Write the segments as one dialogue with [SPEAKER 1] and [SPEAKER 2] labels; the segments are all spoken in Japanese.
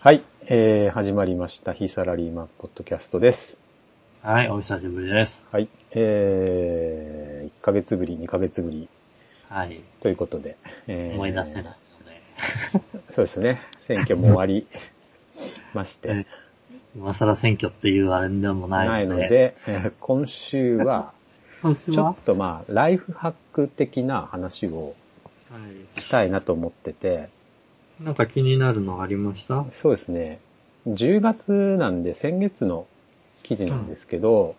[SPEAKER 1] はい、えー、始まりました。非サラリーマンポッドキャストです。
[SPEAKER 2] はい、お久しぶりです。
[SPEAKER 1] はい、えー、1ヶ月ぶり、2ヶ月ぶり
[SPEAKER 2] はい、
[SPEAKER 1] ということで。えー
[SPEAKER 2] 思い出せないですね。
[SPEAKER 1] そうですね。選挙も終わ りまして、
[SPEAKER 2] うん今更選挙っていうあれでもな
[SPEAKER 1] ない
[SPEAKER 2] い
[SPEAKER 1] の
[SPEAKER 2] ので。
[SPEAKER 1] で、えー今週は、
[SPEAKER 2] 今週
[SPEAKER 1] ちょ
[SPEAKER 2] は
[SPEAKER 1] っとまあ、ライフハック的な話を
[SPEAKER 2] は
[SPEAKER 1] したいなと思ってて、
[SPEAKER 2] い。なんか気になるのありました
[SPEAKER 1] そうですね。10月なんで先月の記事なんですけど、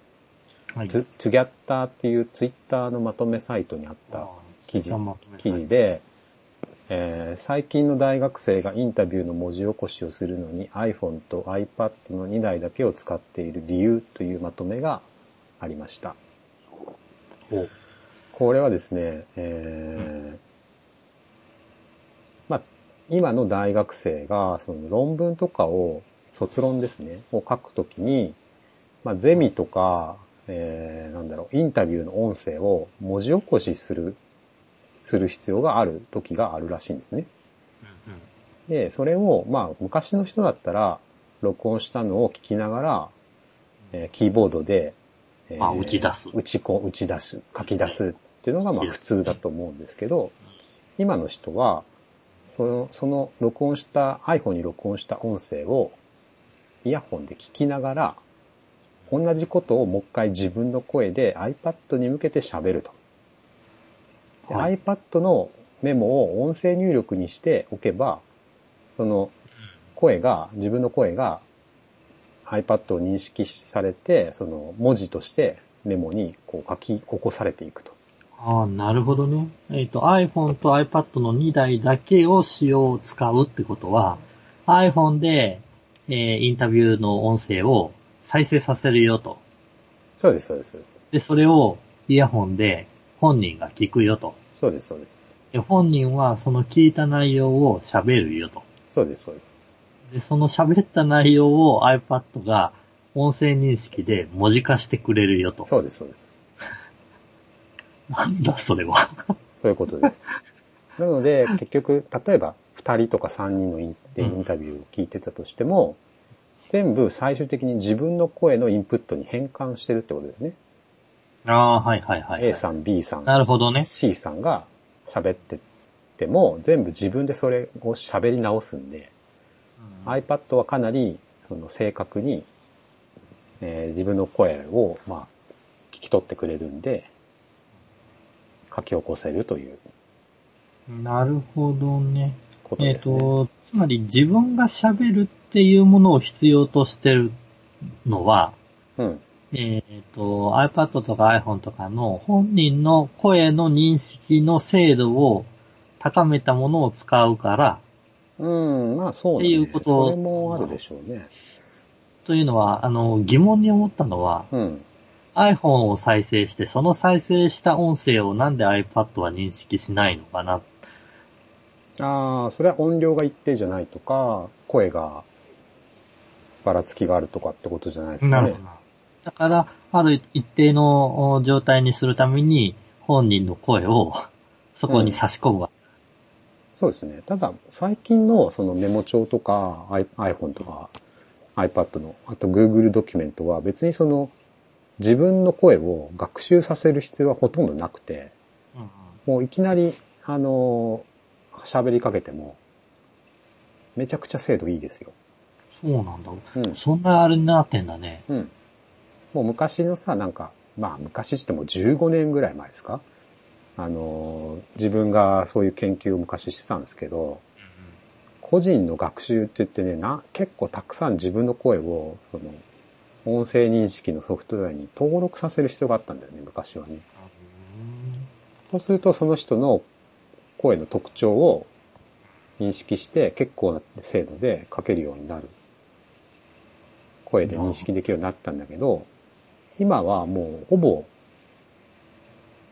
[SPEAKER 2] はい。
[SPEAKER 1] トゥトゥギャッターっていうツイッターのまとめサイトにあった記事記事
[SPEAKER 2] で。
[SPEAKER 1] で、えー最近の大学生がインタビューの文字起こしをするのに iPhone と iPad の2台だけを使っている理由というまとめがありました。
[SPEAKER 2] お
[SPEAKER 1] これはですね、えーまあ、今の大学生が、その論文とかを、卒論ですね、を書くときに、まあ、ゼミとか、えー、なんだろう、インタビューの音声を文字起こしする、する必要がある時があるらしいんですね。で、それを、まあ、昔の人だったら、録音したのを聞きながら、えーキーボードで、え
[SPEAKER 2] まあ打ち出す
[SPEAKER 1] 打ちこ、打ち出す、書き出すっていうのが、まあ、普通だと思うんですけど、今の人は、その、その録音した、iPhone に録音した音声を、イヤホンで聞きながら、同じことをもう一回自分の声で iPad に向けて喋ると。で
[SPEAKER 2] はい
[SPEAKER 1] iPad のメモを音声入力にしておけば、その声が、自分の声が iPad を認識されて、その文字としてメモにこう書き起こされていくと。
[SPEAKER 2] ああ、なるほどね。えっ、と、iPhone と iPad の2台だけを使用、使うってことは、iPhone で、えーインタビューの音声を再生させるよと。
[SPEAKER 1] そうです、そうです、そうです。
[SPEAKER 2] で、それをイヤホンで本人が聞くよと。
[SPEAKER 1] そうです、そうです。
[SPEAKER 2] で本人はその聞いた内容を喋るよと。
[SPEAKER 1] そうです、そうです。
[SPEAKER 2] で、その喋った内容を iPad が音声認識で文字化してくれるよと。
[SPEAKER 1] そうです、そうです。
[SPEAKER 2] なんだそれは。
[SPEAKER 1] そういうこと です。なので、結局、例えば、2人とか3人のインでインタビューを聞いてたとしても、全部最終的に自分の声のインプットに変換してるってことですね。
[SPEAKER 2] ああ、はいはいはい、
[SPEAKER 1] A さん、B さん、
[SPEAKER 2] なるほどね。
[SPEAKER 1] C さんが喋ってても、全部自分でそれを喋り直すんで、iPad はかなり、その正確に、えー自分の声を、まあ、聞き取ってくれるんで、書き起こせるという
[SPEAKER 2] なるほどね。
[SPEAKER 1] こと
[SPEAKER 2] え
[SPEAKER 1] で
[SPEAKER 2] っ、
[SPEAKER 1] すね。
[SPEAKER 2] と、つまり自分が喋るっていうものを必要としてるのは、
[SPEAKER 1] うん。
[SPEAKER 2] えっ、と、iPad とか iPhone とかの本人の声の認識の精度を高めたものを使うから、
[SPEAKER 1] うん、まあそうなん
[SPEAKER 2] っていうこと
[SPEAKER 1] それもあるでしょうね。
[SPEAKER 2] というのは、あの、疑問に思ったのは、
[SPEAKER 1] うん。
[SPEAKER 2] iPhone を再生して、その再生した音声をなんで iPad は認識しないのかな。
[SPEAKER 1] ああ、それは音量が一定じゃないとか、声がばらつきがあるとかってことじゃないですかね。
[SPEAKER 2] だから、ある一定のお状態にするために、本人の声をそこに差し込むわけ。
[SPEAKER 1] そうですね。ただ、最近のそのメモ帳とか、I- iPhone とか iPad の、あと Google ドキュメントは別にその自分の声を学習させる必要はほとんどなくて、
[SPEAKER 2] うん
[SPEAKER 1] もういきなり、あのー喋りかけても、めちゃくちゃ精度いいですよ。
[SPEAKER 2] そうなんだ。
[SPEAKER 1] うん。
[SPEAKER 2] そんなあれになってんだね。
[SPEAKER 1] うん。もう昔のさ、なんか、まあ昔しても15年ぐらい前ですかあのー、自分がそういう研究を昔してたんですけど、個人の学習って言ってね、な、結構たくさん自分の声を、その、音声認識のソフトウェアに登録させる必要があったんだよね、昔はね。そうするとその人の声の特徴を認識して結構な精度で書けるようになる。声で認識できるようになったんだけど、今はもうほぼ、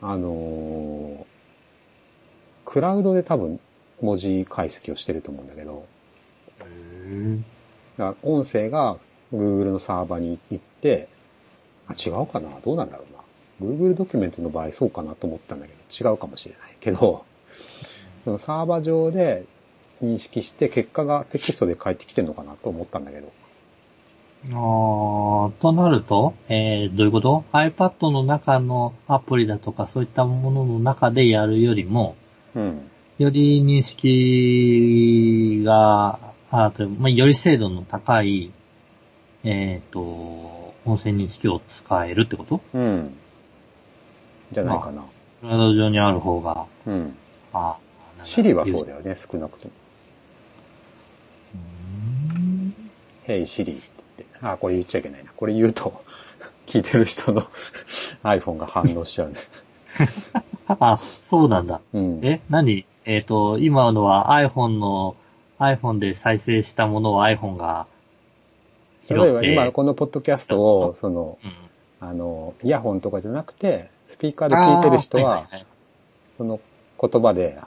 [SPEAKER 1] あのークラウドで多分文字解析をしてると思うんだけど、
[SPEAKER 2] うん
[SPEAKER 1] だから音声が Google のサーバーに行って、あ、違うかなどうなんだろうな。Google ドキュメントの場合そうかなと思ったんだけど、違うかもしれないけど、そのサーバー上で認識して、結果がテキストで返ってきてるのかなと思ったんだけど。
[SPEAKER 2] あーとなると、えー、どういうこと ?iPad の中のアプリだとかそういったものの中でやるよりも、
[SPEAKER 1] うん。
[SPEAKER 2] より認識が、あとまあ、より精度の高い、えっ、と、音声認識を使えるってこと
[SPEAKER 1] うん。じゃないかな。
[SPEAKER 2] スライド上にある方が、
[SPEAKER 1] うん。
[SPEAKER 2] あ、なんか
[SPEAKER 1] シリはそうだよね、少なくとも。
[SPEAKER 2] うーん
[SPEAKER 1] Hey Siri って言って。あ、これ言っちゃいけないな。これ言うと、聞いてる人の iPhone が反応しちゃうね。
[SPEAKER 2] あ、そうなんだ。
[SPEAKER 1] うん。
[SPEAKER 2] え、何えっ、と、今のは iPhone の、iPhone で再生したものを iPhone が拾
[SPEAKER 1] 例えば
[SPEAKER 2] って、
[SPEAKER 1] 今このポッドキャストを、その、
[SPEAKER 2] うん
[SPEAKER 1] あの、イヤホンとかじゃなくて、スピーカーで聞いてる人
[SPEAKER 2] あー
[SPEAKER 1] は、
[SPEAKER 2] いいい
[SPEAKER 1] その言葉で、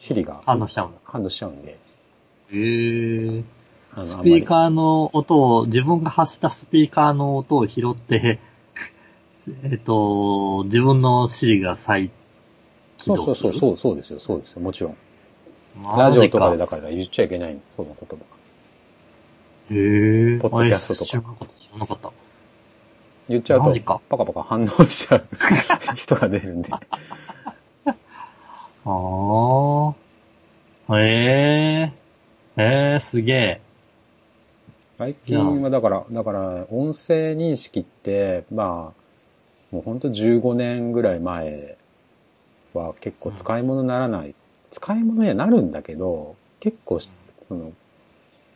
[SPEAKER 1] シリが
[SPEAKER 2] 反応しちゃうんだ。
[SPEAKER 1] 反応しちゃうんで、
[SPEAKER 2] へー
[SPEAKER 1] あの
[SPEAKER 2] スピー
[SPEAKER 1] あんま
[SPEAKER 2] カーの音を、自分が発したスピーカーの音を拾って、 えっと、自分の Siri が再
[SPEAKER 1] り
[SPEAKER 2] 起
[SPEAKER 1] そうそ
[SPEAKER 2] 動
[SPEAKER 1] う
[SPEAKER 2] す
[SPEAKER 1] そ
[SPEAKER 2] る。
[SPEAKER 1] う、そうそうですよ、そうですよ、もちろん。
[SPEAKER 2] う
[SPEAKER 1] ラジオとかでだから言っちゃいけない、その言葉。
[SPEAKER 2] へぇ
[SPEAKER 1] ポッドキャストとか
[SPEAKER 2] 知らなかった、知らなかった。
[SPEAKER 1] 言っちゃう
[SPEAKER 2] マ
[SPEAKER 1] と
[SPEAKER 2] ジか、
[SPEAKER 1] パカパカ反応しちゃう人が出るんで。
[SPEAKER 2] あー。えー。えー、すげえ。
[SPEAKER 1] 最近はだから、だから、音声認識って、まあ、もうほんと15年ぐらい前は結構使い物にならない。使い物にはなるんだけど、結構し、その、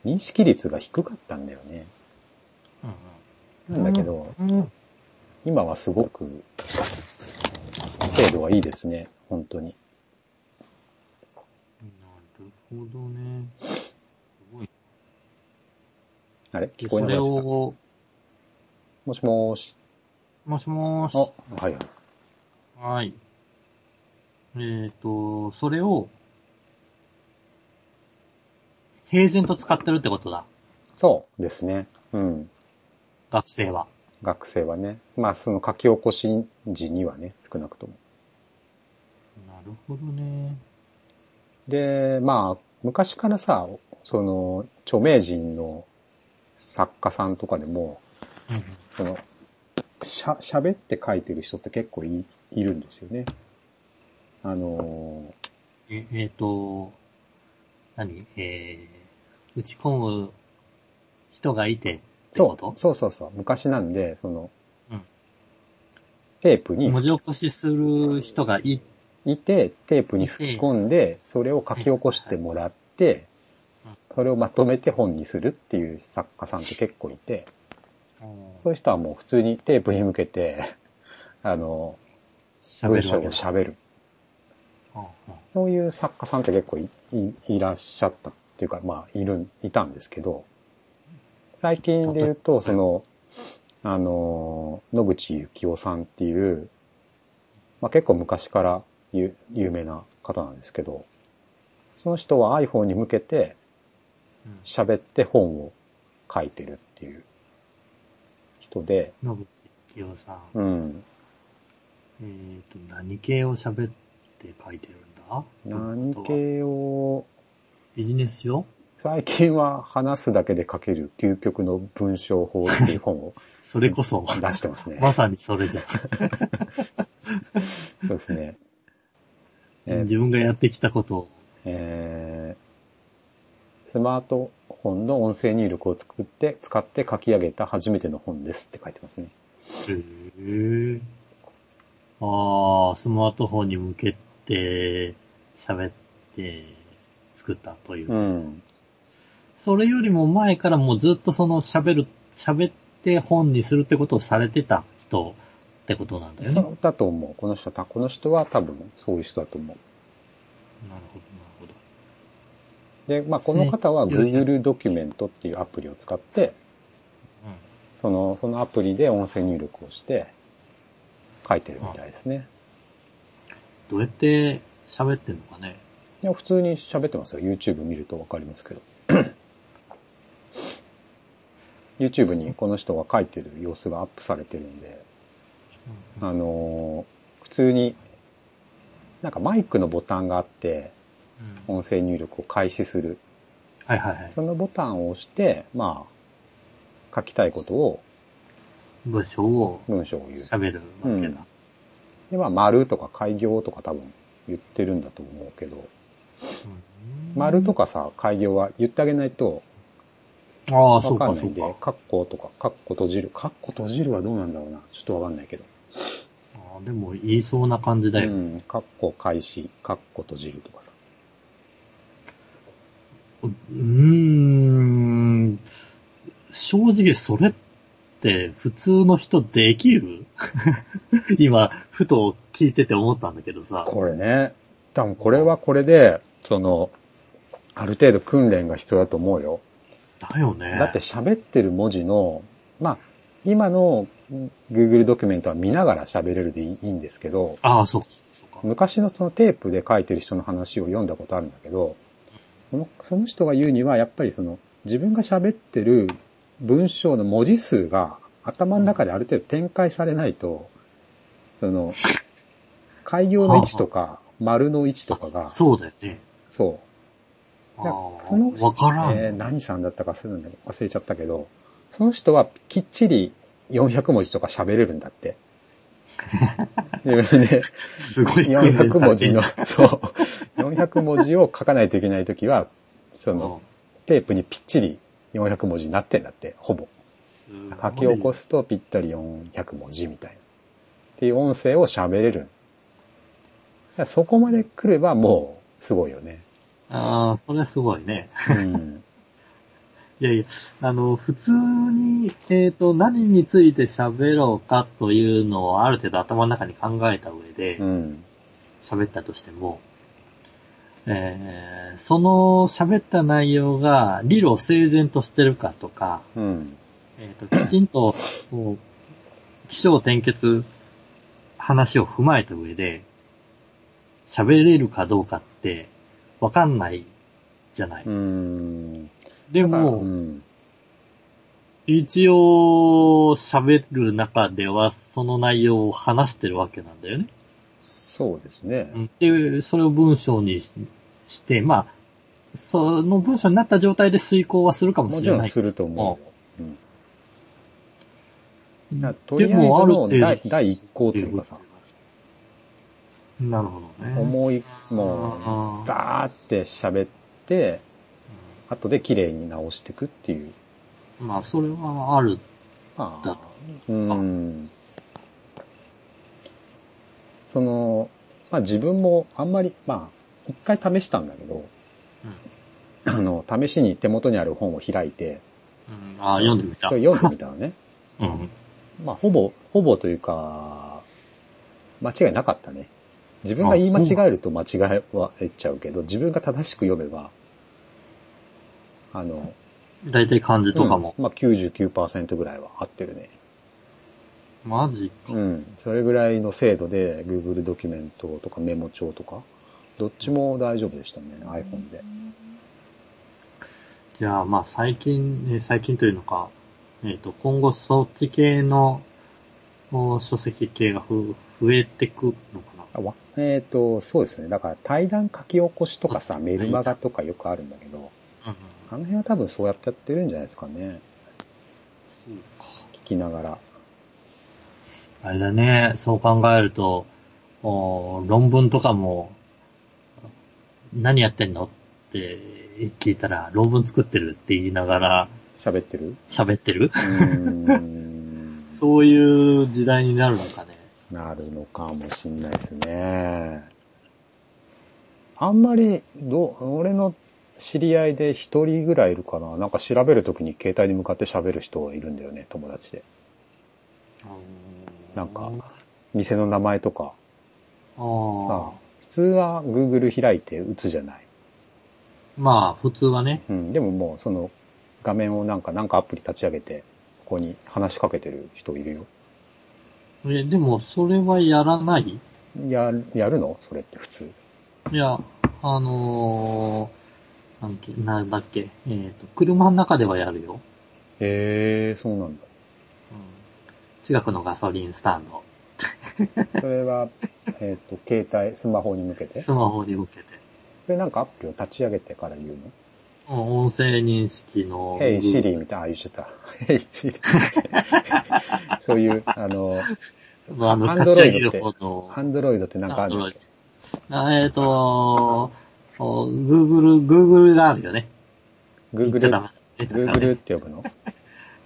[SPEAKER 1] 認識率が低かったんだよね。なんだけど、
[SPEAKER 2] うん。
[SPEAKER 1] 今はすごく、精度がいいですね、本当に。
[SPEAKER 2] なるほどね。すごい。
[SPEAKER 1] あれ聞こえなくな
[SPEAKER 2] それ
[SPEAKER 1] っちゃった。
[SPEAKER 2] を、
[SPEAKER 1] もしもーし。
[SPEAKER 2] もしもーし
[SPEAKER 1] あ、。はいはい。
[SPEAKER 2] はい。えっ、と、それを、平然と使ってるってことだ。
[SPEAKER 1] そうですね。うん。
[SPEAKER 2] 学生は。
[SPEAKER 1] 学生はね。まあ、その書き起こし時にはね、少なくとも。
[SPEAKER 2] なるほどね。
[SPEAKER 1] で、まあ、昔からさ、その、著名人の作家さんとかでも、
[SPEAKER 2] うん。
[SPEAKER 1] その、しゃ、喋って書いてる人って結構い、いるんですよね。あの
[SPEAKER 2] え、えっ、と、何えー、打ち込む人がいてって
[SPEAKER 1] ー、
[SPEAKER 2] こ
[SPEAKER 1] そ
[SPEAKER 2] と
[SPEAKER 1] う、そうそうそう、昔なんで、その、
[SPEAKER 2] うん
[SPEAKER 1] テープに
[SPEAKER 2] 文字起こしする人がい、
[SPEAKER 1] いて、テープに吹き込んで、それを書き起こしてもらって
[SPEAKER 2] うん、
[SPEAKER 1] それをまとめて本にするっていう作家さんって結構いて、そういう人はもう普通にテープに向けて、 あの、
[SPEAKER 2] 喋
[SPEAKER 1] 文
[SPEAKER 2] る
[SPEAKER 1] 章
[SPEAKER 2] わ
[SPEAKER 1] を
[SPEAKER 2] けだ。
[SPEAKER 1] 喋る。
[SPEAKER 2] うんうん
[SPEAKER 1] そういう作家さんって結構いいいらっしゃったっていうか、まあ、いる、いたんですけど、最近で言うと、その、あの、野口幸雄さんっていう、まあ結構昔から有有名な方なんですけど、その人は iPhone に向けて
[SPEAKER 2] うん
[SPEAKER 1] 喋って本を書いてるっていう人で、
[SPEAKER 2] 野口清さん。
[SPEAKER 1] うん。
[SPEAKER 2] えっ、と、何系を喋って書いてるんだ
[SPEAKER 1] 何系を
[SPEAKER 2] ビジネス用
[SPEAKER 1] 最近は話すだけで書ける究極の文章法っていう本を
[SPEAKER 2] それこそ、
[SPEAKER 1] 出して ますね。
[SPEAKER 2] まさにそれじゃん。
[SPEAKER 1] そうですね。えー
[SPEAKER 2] 自分がやってきたことを。
[SPEAKER 1] えースマートフォンの音声入力を作って、使って書き上げた初めての本ですって書いてますね。
[SPEAKER 2] へーああ、スマートフォンに向けて、喋って、作ったという。
[SPEAKER 1] うん。
[SPEAKER 2] それよりも前からもうずっとその喋る、喋って本にするってことをされてた人ってことなんだよね。
[SPEAKER 1] そうだと思う。この人た、この人は多分そういう人だと思
[SPEAKER 2] なるほど、なるほど。
[SPEAKER 1] う。で、まあこの方は
[SPEAKER 2] せ強い
[SPEAKER 1] Google ドキュメントっていうアプリを使って、
[SPEAKER 2] うん。
[SPEAKER 1] その、そのアプリで音声入力をして、書いてるみたいですね。
[SPEAKER 2] どうやって喋ってんのかね。
[SPEAKER 1] いや、普通に喋ってますよ。YouTube 見るとわかりますけど。YouTube にこの人が書いてる様子がアップされてるんで、あのー普通に、なんかマイクのボタンがあって、
[SPEAKER 2] うん
[SPEAKER 1] 音声入力を開始する。
[SPEAKER 2] はいはいはい。
[SPEAKER 1] そのボタンを押して、まあ、書きたいことを、
[SPEAKER 2] 文章を
[SPEAKER 1] 文章を言う。
[SPEAKER 2] 喋るわけだ。
[SPEAKER 1] で、まあ、丸とか開業とか多分言ってるんだと思うけど、
[SPEAKER 2] うん
[SPEAKER 1] 丸と。かさ、開業は言ってあげないと
[SPEAKER 2] ああ、
[SPEAKER 1] わ
[SPEAKER 2] そう
[SPEAKER 1] か
[SPEAKER 2] か
[SPEAKER 1] んな
[SPEAKER 2] そ
[SPEAKER 1] い
[SPEAKER 2] うん
[SPEAKER 1] で
[SPEAKER 2] か、。
[SPEAKER 1] カッコとか、カッコ閉じる。カッコ閉じるはどうなんだろうな。ちょっとわかんないけど。
[SPEAKER 2] ああでも言いそうな感じだ
[SPEAKER 1] う
[SPEAKER 2] よ。
[SPEAKER 1] ん。カッコ開始、カッコ閉じるとかさ。
[SPEAKER 2] うーん。正直それって普通の人できる 今、ふと聞いてて思ったんだけどさ。
[SPEAKER 1] これね。多分これはこれで、その、ある程度訓練が必要だと思うよ。
[SPEAKER 2] だよね。
[SPEAKER 1] だって喋ってる文字の、まあ、今の Google ドキュメントは見ながら喋れるでいいんですけど、
[SPEAKER 2] ああ、そうか。そうか
[SPEAKER 1] 昔のそのテープで書いてる人の話を読んだことあるんだけど、そのその人が言うには、やっぱりその自分が喋ってる文章の文字数が頭の中である程度展開されないと、その、開業の位置とか、丸の位置とかが、
[SPEAKER 2] そうだよね。
[SPEAKER 1] そう、
[SPEAKER 2] あ
[SPEAKER 1] だ
[SPEAKER 2] あ
[SPEAKER 1] からその人
[SPEAKER 2] わからん。
[SPEAKER 1] えー何さんだったか忘れたんだ忘れちゃったけど、その人はきっちり400文字とか喋れるんだって。 自分で
[SPEAKER 2] すごい訓練
[SPEAKER 1] 400
[SPEAKER 2] され
[SPEAKER 1] 文
[SPEAKER 2] て
[SPEAKER 1] 字
[SPEAKER 2] ん
[SPEAKER 1] の
[SPEAKER 2] だ、
[SPEAKER 1] そう、400文字を書かないといけないときは、そのテープにぴっちり400文字になってんだって、ほぼ。
[SPEAKER 2] うん
[SPEAKER 1] 書き起こすとぴったり400文字みたいな。っていう音声を喋れる。だからそこまで来ればもうすごいよね。
[SPEAKER 2] ああ、それすごいね。
[SPEAKER 1] うん。
[SPEAKER 2] いやいや、あの、普通に、えっ、と、何について喋ろうかというのをある程度頭の中に考えた上で
[SPEAKER 1] うん。
[SPEAKER 2] 喋ったとしても、えーその喋った内容が理路整然としてるかとか、
[SPEAKER 1] うん。
[SPEAKER 2] え っ、と、きちんと、こう、気象転結、話を踏まえた上で、喋れるかどうかって、わかんないじゃない。
[SPEAKER 1] うん。
[SPEAKER 2] で
[SPEAKER 1] う
[SPEAKER 2] も、
[SPEAKER 1] ん。
[SPEAKER 2] 一応、喋る中では、その内容を話してるわけなんだよね。
[SPEAKER 1] そうですね。
[SPEAKER 2] で、それを文章にしして、まあ、その文章になった状態で遂行はするかも
[SPEAKER 1] も
[SPEAKER 2] し
[SPEAKER 1] ち
[SPEAKER 2] れ
[SPEAKER 1] ろ
[SPEAKER 2] なんい。
[SPEAKER 1] すると思うよ。うん、だからとりあえ
[SPEAKER 2] で
[SPEAKER 1] ず
[SPEAKER 2] も、ある程
[SPEAKER 1] の
[SPEAKER 2] 度。
[SPEAKER 1] 第第一項というかさ、
[SPEAKER 2] なるほどね。
[SPEAKER 1] 思い、もう、
[SPEAKER 2] あー
[SPEAKER 1] ダーって喋って、後で綺麗に直していくっていう。
[SPEAKER 2] まあ、それはある。
[SPEAKER 1] ま
[SPEAKER 2] だ
[SPEAKER 1] あ、うん。その、まあ自分もあんまり、まあ、一回試したんだけど、
[SPEAKER 2] う
[SPEAKER 1] あ
[SPEAKER 2] ん
[SPEAKER 1] の、試しに手元にある本を開いて、
[SPEAKER 2] うん、ああ、読んでみた。
[SPEAKER 1] それ読んでみたのね。
[SPEAKER 2] うん。
[SPEAKER 1] まあ、ほぼ、ほぼというか、間違いなかったね。自分が言い間違えると間違えちゃうけど、自分が正しく読めば、あの、
[SPEAKER 2] 大体漢字とかも。
[SPEAKER 1] うんまあ99%ぐらいは合ってるね。
[SPEAKER 2] マジか。
[SPEAKER 1] うん。それぐらいの精度で Google ドキュメントとかメモ帳とか、どっちも大丈夫でしたね、iPhone で。
[SPEAKER 2] じゃあ、まあ、最近、ね、最近というのか、えっ、と、今後そっち系のお書籍系がふ増えてくのかな。
[SPEAKER 1] あわえっ、と、そうですね。だから対談書き起こしとかさ、メルマガとかよくあるんだけど、あの辺は多分そうやってやってるんじゃないですかね。
[SPEAKER 2] そうか。
[SPEAKER 1] 聞きながら。
[SPEAKER 2] あれだね、そう考えると、おー論文とかも、何やってんのって聞いたら、論文作ってるって言いながら
[SPEAKER 1] 喋ってる
[SPEAKER 2] 喋ってる
[SPEAKER 1] うーん
[SPEAKER 2] そういう時代になるのかね。
[SPEAKER 1] なるのかもしんないですね。あんまり、どう、俺の知り合いで一人ぐらいいるかな。なんか調べるときに携帯に向かって喋る人がいるんだよね、友達で。なんか店の名前とかさ
[SPEAKER 2] あー、
[SPEAKER 1] 普通は Google 開いて打つじゃない。
[SPEAKER 2] まあ、普通はね、
[SPEAKER 1] うん、でももうその画面をなんか、なんかアプリ立ち上げて、ここに話しかけてる人いるよ。
[SPEAKER 2] え、でも、それはやらないい
[SPEAKER 1] や、やるのそれって普通。
[SPEAKER 2] や、あのー、なんけなんだっけ、えっ、と、車の中ではやるよ。
[SPEAKER 1] へえ、そうなんだ。
[SPEAKER 2] 近くのガソリンスタンド、
[SPEAKER 1] それは、えっ、と、携帯、スマホに向けて
[SPEAKER 2] スマホに向けて。
[SPEAKER 1] それなんかアプリを立ち上げてから言うの
[SPEAKER 2] うん音声認識の。
[SPEAKER 1] ヘイシリーみたいな、あ、言っちゃった。ヘイシリー。そういう、あの、
[SPEAKER 2] そのあの、
[SPEAKER 1] Android
[SPEAKER 2] 立ち上げる方の。
[SPEAKER 1] ハンドロイドってなんかあるんだっけ
[SPEAKER 2] あえっ、と、そう、Google、Google があるよね。言っちゃダ
[SPEAKER 1] ?Google、
[SPEAKER 2] メ。出てたから
[SPEAKER 1] Google っ
[SPEAKER 2] ね
[SPEAKER 1] て呼ぶの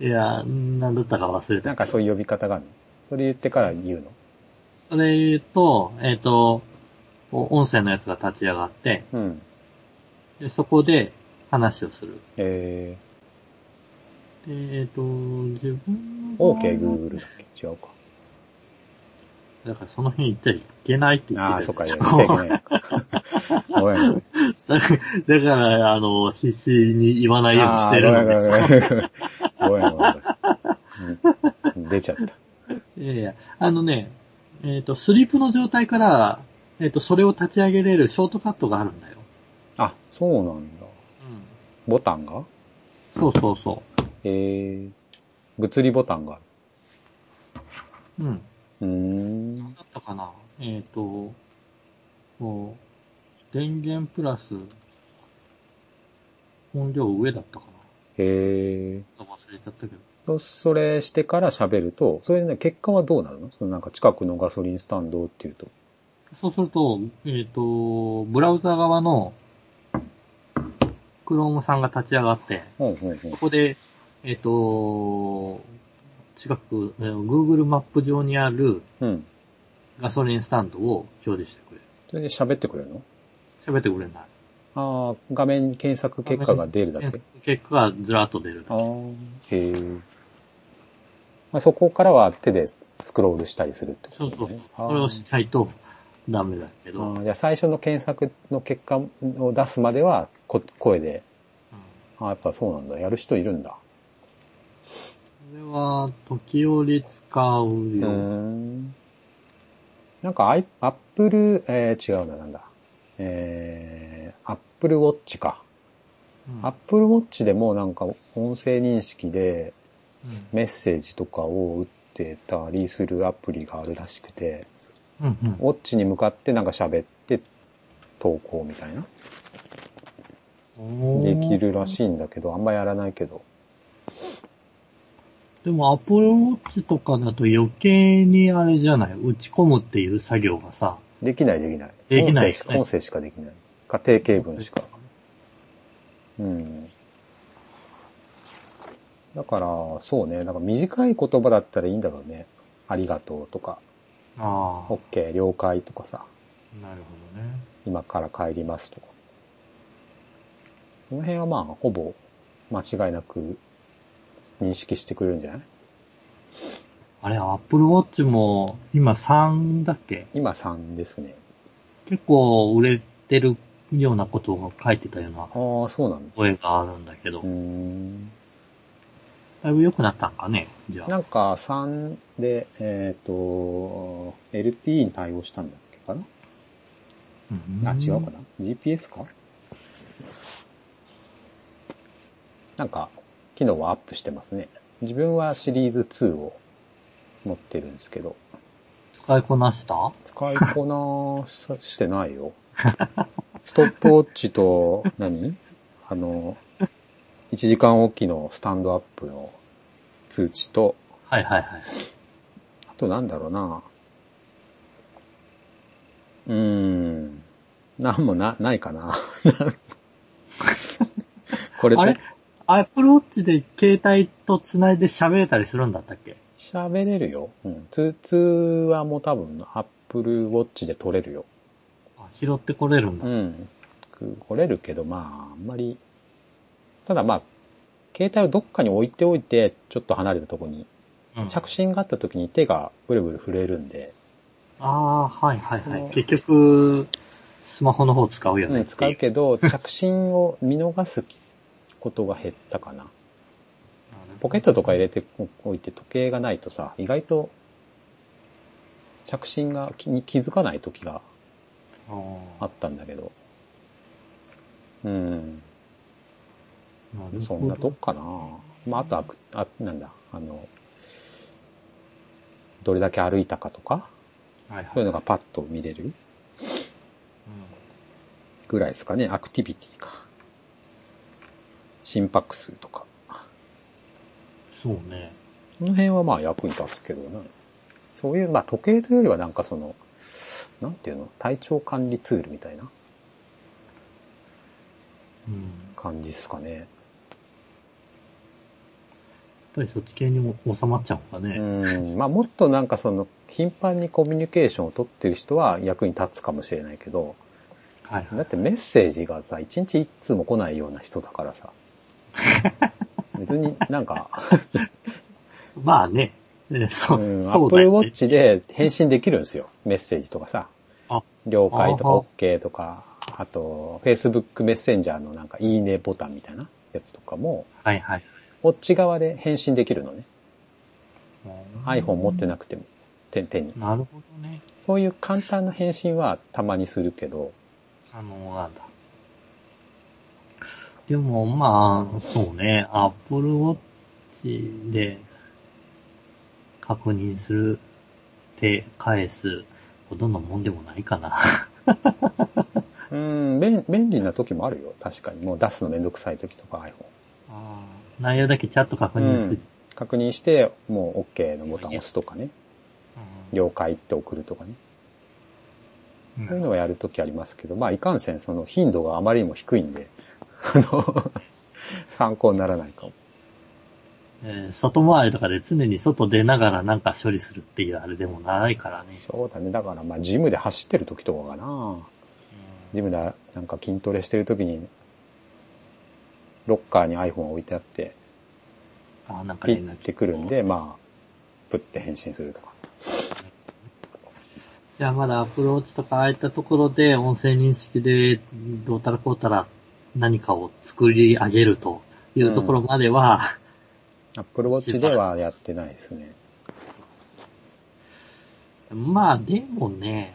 [SPEAKER 2] いや、なんだったか忘れ
[SPEAKER 1] な
[SPEAKER 2] た
[SPEAKER 1] ん。かそういう呼び方があるのそれ言ってから言う
[SPEAKER 2] それと、えっ、と、お音声のやつが立ち上がって、
[SPEAKER 1] のうん。
[SPEAKER 2] でそこで話をする。
[SPEAKER 1] え
[SPEAKER 2] でえっ、と、自分
[SPEAKER 1] ー、
[SPEAKER 2] の
[SPEAKER 1] OK、Google だっけ違うか。
[SPEAKER 2] だからその辺行っちゃいけないって言って
[SPEAKER 1] ああ、
[SPEAKER 2] たよ
[SPEAKER 1] そっ か、
[SPEAKER 2] ち
[SPEAKER 1] 言
[SPEAKER 2] ょ
[SPEAKER 1] っ
[SPEAKER 2] と
[SPEAKER 1] ちゃいけないのか。ごめん。
[SPEAKER 2] だから、だからあの、必死に言わないようにしてるので
[SPEAKER 1] あーごめんごめんごめん。ごめんごめんうん出ちゃった。
[SPEAKER 2] いやいや、あのね、えっ、と、スリープの状態から、えっ、と、それを立ち上げれるショートカットがあるんだよ。
[SPEAKER 1] あ、そうなんだ。ボタンが
[SPEAKER 2] そうそうそ
[SPEAKER 1] えー、物理ボタンがある。
[SPEAKER 2] う。うん。
[SPEAKER 1] うーん。
[SPEAKER 2] だったかなえっ、と、こう、電源プラス、音量上だったか
[SPEAKER 1] えー、
[SPEAKER 2] な忘れちゃったけ
[SPEAKER 1] そ
[SPEAKER 2] ど。
[SPEAKER 1] それしてから喋ると、それでね、結果はどうなるのそのなんか近くのガソリンスタンドっていうと。
[SPEAKER 2] そうすると、えっ、と、ブラウザ側の、Chrome さんが立ち上がって、
[SPEAKER 1] うんうんうん。
[SPEAKER 2] ここで、えっ、と、近く、えー Google マップ上にある
[SPEAKER 1] うん。
[SPEAKER 2] ガソリンスタンドを表示してくれる。
[SPEAKER 1] それで喋ってくれるの
[SPEAKER 2] 喋ってくれない。
[SPEAKER 1] ああ、画面検索結果が出るだけ。
[SPEAKER 2] 結果がずらっと出る
[SPEAKER 1] あ
[SPEAKER 2] だ
[SPEAKER 1] あ、へえ。まあ、そこからは手でスクロールしたりするって
[SPEAKER 2] け。
[SPEAKER 1] こ
[SPEAKER 2] そうそ
[SPEAKER 1] と
[SPEAKER 2] う
[SPEAKER 1] だ
[SPEAKER 2] そ
[SPEAKER 1] よ
[SPEAKER 2] う
[SPEAKER 1] ね。。
[SPEAKER 2] それをしないとダメだけど。
[SPEAKER 1] あーじゃあ最初の検索の結果を出すまではこ声で、
[SPEAKER 2] う
[SPEAKER 1] あ
[SPEAKER 2] ん
[SPEAKER 1] ーやっぱそうなんだ、やる人いるんだ。
[SPEAKER 2] それは、時折使う
[SPEAKER 1] うー
[SPEAKER 2] よ。
[SPEAKER 1] ん。なんかアイ、アップル、えー、違うな、なんだ。えー、アップルウォッチか。
[SPEAKER 2] うん
[SPEAKER 1] アップルウォッチでもなんか音声認識で
[SPEAKER 2] う
[SPEAKER 1] メッセージとかを打ってたりするアプリがあるらしくて、
[SPEAKER 2] んうんうん
[SPEAKER 1] ウォッチに向かってなんか喋って投稿みたいな。
[SPEAKER 2] お
[SPEAKER 1] で
[SPEAKER 2] ー
[SPEAKER 1] きるらしいんだけど、あんまやらないけど。
[SPEAKER 2] でも、アプローチとかだと余計にあれじゃない打ち込むっていう作業がさ、
[SPEAKER 1] できないできない。
[SPEAKER 2] できない
[SPEAKER 1] 音声しか
[SPEAKER 2] ね
[SPEAKER 1] 音声しかできない。家庭形文しか。うん。だから、そうね。なんか短い言葉だったらいいんだろうね。ありがとうとか、
[SPEAKER 2] ああ、
[SPEAKER 1] OK、了解とかさ、
[SPEAKER 2] なるほどね。
[SPEAKER 1] 今から帰りますとか。その辺はまあ、ほぼ間違いなく認識してくれるんじゃない
[SPEAKER 2] あれ、アップルウォッチも今3だっけ
[SPEAKER 1] 今3ですね。
[SPEAKER 2] 結構売れてるようなことが書いてたような
[SPEAKER 1] ああ、そうなんだ。
[SPEAKER 2] 声があるんだけど
[SPEAKER 1] うー、ん。
[SPEAKER 2] だいぶ良くなったんかねじゃあ。
[SPEAKER 1] なんか3で、えっ、と、LTE に対応したんだっけかな
[SPEAKER 2] うん
[SPEAKER 1] あ、違うかな ?GPS かなんか、機能はアップしてますね。自分はシリーズ2を持ってるんですけど、
[SPEAKER 2] 使いこなした
[SPEAKER 1] 使いこなさしてないよ。ストップウォッチと何、あの、1時間おきのスタンドアップの通知と、
[SPEAKER 2] はいはいはい。
[SPEAKER 1] あとなんだろうな。うーん。なんもな、ないかな。 これ
[SPEAKER 2] あ
[SPEAKER 1] と
[SPEAKER 2] れアップルウォッチで携帯と繋いで喋れたりするんだったっけ
[SPEAKER 1] 喋れるよ。うん。通通話も多分、アップルウォッチで撮れるよ。
[SPEAKER 2] あ拾ってこれるんだ。
[SPEAKER 1] うん。く撮れるけど、まあ、あんまり。ただまあ、携帯をどっかに置いておいて、ちょっと離れたとこに、
[SPEAKER 2] うん
[SPEAKER 1] 着信があった時に手がブルブル震えるんで、
[SPEAKER 2] ああ、はいはいは
[SPEAKER 1] そう
[SPEAKER 2] い。結局、スマホの方使うよ
[SPEAKER 1] う
[SPEAKER 2] ね
[SPEAKER 1] ん、
[SPEAKER 2] っていう。
[SPEAKER 1] 使うけど、着信を見逃すことが減ったかな。ポケットとか入れておいて時計がないとさ、意外と着信が気に気づかない時が
[SPEAKER 2] あ
[SPEAKER 1] あったんだけど。うん。
[SPEAKER 2] ーる
[SPEAKER 1] そ
[SPEAKER 2] ほ
[SPEAKER 1] ん
[SPEAKER 2] ど
[SPEAKER 1] なとこかな。まあ、あとは、あ、なんだ、あの、どれだけ歩いたかとか、
[SPEAKER 2] はいはい。
[SPEAKER 1] そういうのがパッと見れるぐらいですかね。アクティビティか。心拍数とか。
[SPEAKER 2] そうね。
[SPEAKER 1] この辺はまあ役に立つけどね。そういう、まあ時計というよりはなんかその、なんていうの体調管理ツールみたいな
[SPEAKER 2] うん。や
[SPEAKER 1] 感じですかね。
[SPEAKER 2] っぱりそっち系にも収まっちゃうのか
[SPEAKER 1] う
[SPEAKER 2] ね。
[SPEAKER 1] ん。まあもっとなんかその、頻繁にコミュニケーションを取ってる人は役に立つかもしれないけど、
[SPEAKER 2] はいは
[SPEAKER 1] だ
[SPEAKER 2] い。
[SPEAKER 1] ってメッセージがさ、一日一通も来ないような人だからさ。別になんか、
[SPEAKER 2] まあね。ね
[SPEAKER 1] う
[SPEAKER 2] そ
[SPEAKER 1] ん、
[SPEAKER 2] う、
[SPEAKER 1] ア
[SPEAKER 2] そ
[SPEAKER 1] ッ
[SPEAKER 2] う
[SPEAKER 1] プ
[SPEAKER 2] だ
[SPEAKER 1] ルウ
[SPEAKER 2] よ
[SPEAKER 1] ォ
[SPEAKER 2] ね
[SPEAKER 1] ッ。チで返信できるんですよ。メッセージとかさ
[SPEAKER 2] あ。
[SPEAKER 1] 了解とか
[SPEAKER 2] あは
[SPEAKER 1] OK とか、あと、Facebook メッセンジャーのなんかいいねボタンみたいなやつとかも、
[SPEAKER 2] はいはい。
[SPEAKER 1] ウォッチ側で返信できるのね。iPhone 持って
[SPEAKER 2] な
[SPEAKER 1] なくても、手手に。
[SPEAKER 2] なるほどね。
[SPEAKER 1] そういう簡単な返信はたまにするけど、
[SPEAKER 2] あの、なんだ。でも、まあ、そうね、Apple Watch で確認するって返すほどのもんでもないかな。
[SPEAKER 1] うん、便便利な時もあるよ。確かに。もう出すのめんどくさい時とか iPhone。
[SPEAKER 2] 内容だけちゃんと確認する。
[SPEAKER 1] 確認して、もう OK のボタンを押すとかね。了解って送るとかね。
[SPEAKER 2] うん
[SPEAKER 1] そういうのはやるときありますけど、まあいかんせんその頻度があまりにも低いんで、あ の、参考にならないかも。
[SPEAKER 2] えー外回りとかで常に外出ながらなんか処理するっていうあれでもないからね。
[SPEAKER 1] そうだね。だからまあジムで走ってるときとかかな。ジムでなんか筋トレしてるときに、ロッカーに iPhone 置いてあって、
[SPEAKER 2] あなんか
[SPEAKER 1] ピ
[SPEAKER 2] 連
[SPEAKER 1] ッ
[SPEAKER 2] 絡
[SPEAKER 1] てくるんで、まあ、プッて返信するとか。
[SPEAKER 2] じゃあまだアプローチとかああいったところで音声認識でどうたらこうたら何かを作り上げるというところまでは、
[SPEAKER 1] Apple Watch ではやってないですね。
[SPEAKER 2] まあでもね、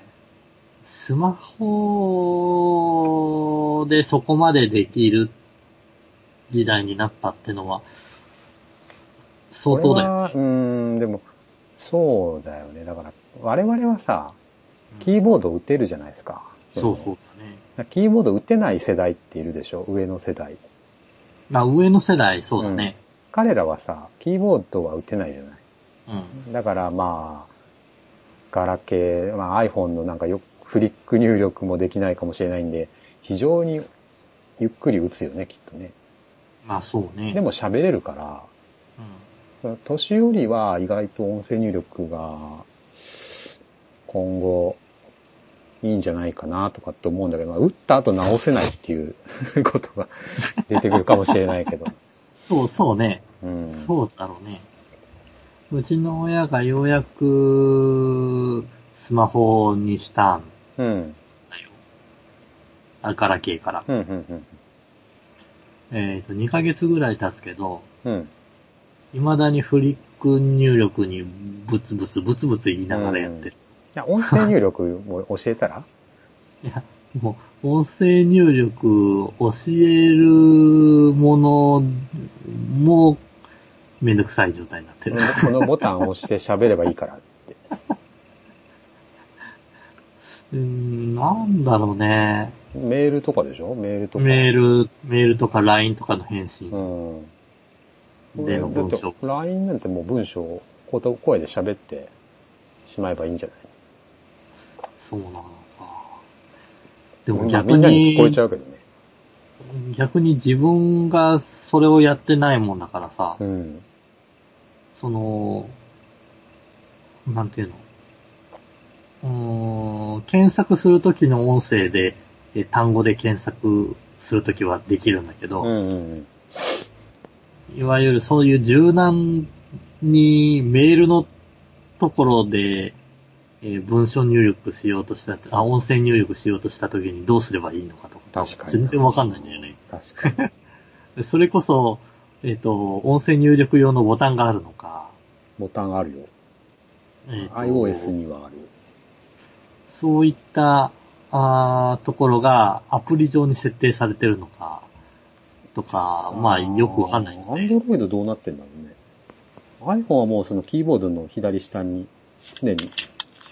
[SPEAKER 2] スマホでそこまでできる時代になったってのは相当だ
[SPEAKER 1] こ
[SPEAKER 2] よ。
[SPEAKER 1] れはうーん、でも、そうだよね。だから、我々はさ、キーボード打てるじゃないですか。
[SPEAKER 2] そうそうだね。
[SPEAKER 1] う。キーボード打てない世代っているでしょ上の世代。
[SPEAKER 2] まあ上の世代そうだね。
[SPEAKER 1] 彼らはさ、キーボードは打てないじゃない。
[SPEAKER 2] うん。
[SPEAKER 1] だからまあ、ガラケー、まあ iPhone のなんかよフリック入力もできないかもしれないんで、非常にゆっくり打つよね、きっとね。
[SPEAKER 2] まあそうね。
[SPEAKER 1] でも喋れるから、
[SPEAKER 2] う
[SPEAKER 1] 年寄りは意外と音声入力が今後いいんじゃないかなとかって思うんだけど、まあ、打った後直せないっていう ことが出てくるかもしれないけど。
[SPEAKER 2] んそうそうね。
[SPEAKER 1] うん。
[SPEAKER 2] そうだろうね。うちの親がようやく、スマホにしたん
[SPEAKER 1] うん。
[SPEAKER 2] だよ。あガラケーから。
[SPEAKER 1] うん。うん。
[SPEAKER 2] えっ、と、2ヶ月ぐらい経つけど、
[SPEAKER 1] うん。うん。
[SPEAKER 2] 未だにフリック入力にブツブツブツブツ言いながらやってる。
[SPEAKER 1] いや、音声入力も教えたら
[SPEAKER 2] いや、もう、音声入力教えるものも、めんどくさい状態になってる。
[SPEAKER 1] このボタンを押して喋ればいいからって。
[SPEAKER 2] うーん、なんだろうね。
[SPEAKER 1] メールとかでしょメールとか。
[SPEAKER 2] メ
[SPEAKER 1] ル。
[SPEAKER 2] ール、メールとか LINE とかの返信
[SPEAKER 1] うん。
[SPEAKER 2] での文
[SPEAKER 1] だ
[SPEAKER 2] 章。
[SPEAKER 1] って LINE なんてもう文章をこと声で喋ってしまえばいいんじゃない
[SPEAKER 2] そうなのか。でも
[SPEAKER 1] まあ
[SPEAKER 2] 逆
[SPEAKER 1] みんなに聞こえち
[SPEAKER 2] に、
[SPEAKER 1] ゃうけどね。
[SPEAKER 2] 逆に自分がそれをやってないもんだからさ、
[SPEAKER 1] うん。
[SPEAKER 2] その、なんていうの。うーん、検索するときの音声で、え単語で検索するときはできるんだけど、
[SPEAKER 1] うんうん
[SPEAKER 2] いわゆるそういう柔軟にメールのところで、えー文章入力しようとした、あ、音声入力しようとした時にどうすればいいのかとか。
[SPEAKER 1] 確かに
[SPEAKER 2] 全然わかんないんだよね。
[SPEAKER 1] 確かに。
[SPEAKER 2] でそれこそ、えっ、と、音声入力用のボタンがあるのか、
[SPEAKER 1] ボタンあるよ。
[SPEAKER 2] えーと
[SPEAKER 1] iOS にはあるよ。
[SPEAKER 2] そういった、あーところがアプリ上に設定されてるのか、とか、まあよくわかんないんだよ
[SPEAKER 1] ア
[SPEAKER 2] ね
[SPEAKER 1] ンドロイドどうなってんだろうね。iPhone はもうそのキーボードの左下に常に、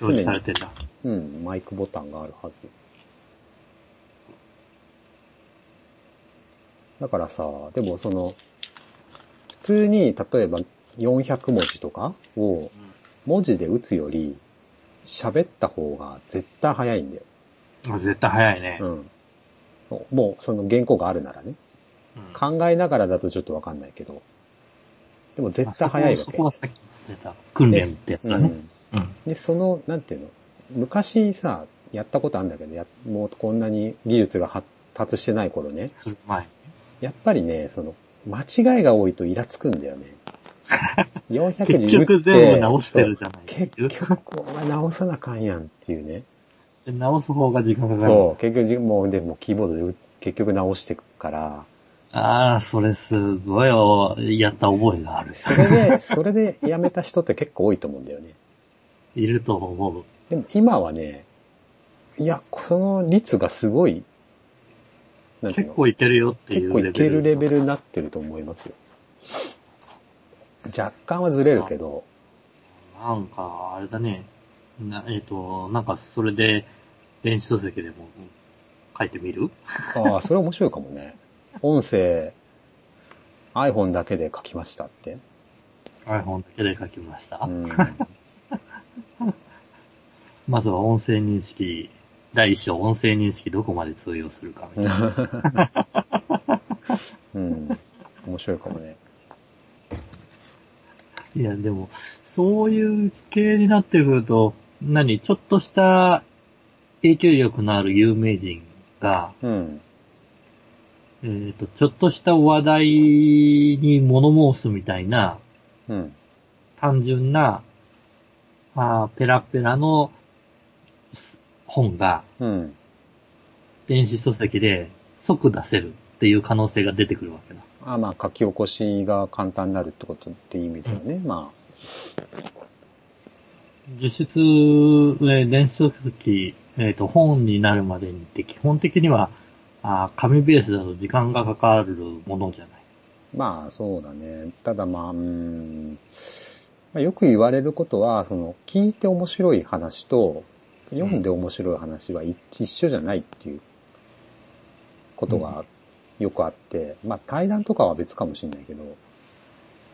[SPEAKER 2] 表示されてんだ。
[SPEAKER 1] うん、マイクボタンがあるはず。だからさ、でもその、普通に例えば400文字とかを文字で打つより喋った方が絶対早いんだよ。
[SPEAKER 2] あ絶対早いね。
[SPEAKER 1] うん。もうその原稿があるならね。
[SPEAKER 2] うん
[SPEAKER 1] 考えながらだとちょっとわかんないけど。でも絶対早いわけ。
[SPEAKER 2] そこそこはさっき言ってた訓練ってやつだね。
[SPEAKER 1] ん。
[SPEAKER 2] うん。
[SPEAKER 1] で、その、なんていうの、昔さ、やったことあるんだけど、やもうこんなに技術が発達してない頃ね、
[SPEAKER 2] する前に。
[SPEAKER 1] やっぱりね、その、間違いが多いとイラつくんだよ ね。400
[SPEAKER 2] 結
[SPEAKER 1] 字打って
[SPEAKER 2] 局全部直してるじゃない。
[SPEAKER 1] そう結局、お前直さなあかんやんっていうね。
[SPEAKER 2] 直す方が時間かかる。
[SPEAKER 1] そう、結局、もう、でもキーボードで打結局直してくから、
[SPEAKER 2] ああ、それすごいよやった覚えがある。
[SPEAKER 1] それで、それでやめた人って結構多いと思うんだよね。
[SPEAKER 2] いると思う。
[SPEAKER 1] でも今はね、いや、この率がすごい、なんていう
[SPEAKER 2] 結
[SPEAKER 1] の
[SPEAKER 2] 構いけるよってい
[SPEAKER 1] 結
[SPEAKER 2] う
[SPEAKER 1] 構
[SPEAKER 2] レベ
[SPEAKER 1] い
[SPEAKER 2] ル。
[SPEAKER 1] けるレベルになってると思いますよ。若干はずれるけど、
[SPEAKER 2] なんか、あれだね。なえっ、と、なんかそれで、電子書籍でも書いてみる
[SPEAKER 1] ああ、それ面白いかもね。音声、iPhone だけで書きましたって。
[SPEAKER 2] ?iPhone だけで書きました。
[SPEAKER 1] うん、
[SPEAKER 2] まずは音声認識、第一章、音声認識どこまで通用するかみたいな。
[SPEAKER 1] うん。面白いかもね。
[SPEAKER 2] いや、でも、そういう系になってくると、何ちょっとした影響力のある有名人が、
[SPEAKER 1] うん。
[SPEAKER 2] えっ、と、ちょっとした話題に物申すみたいな、
[SPEAKER 1] うん。
[SPEAKER 2] 単純な、あーペラペラのす本が
[SPEAKER 1] うん。
[SPEAKER 2] 電子書籍で即出せるっていう可能性が出てくるわけだ。
[SPEAKER 1] あまあ、書き起こしが簡単になるってことっていう意味ではね。ま
[SPEAKER 2] 実質、えー電子書籍、えっ、と、本になるまでにって基本的には、あー紙ベースだと時間がかかるものじゃない。
[SPEAKER 1] あ、まあ、そうだね。ただまあ、うん。まあよく言われることは、その、聞いて面白い話と、読んで面白い話は一一緒じゃないっていうことがよくあって、まあ対談とかは別かもしれないけど、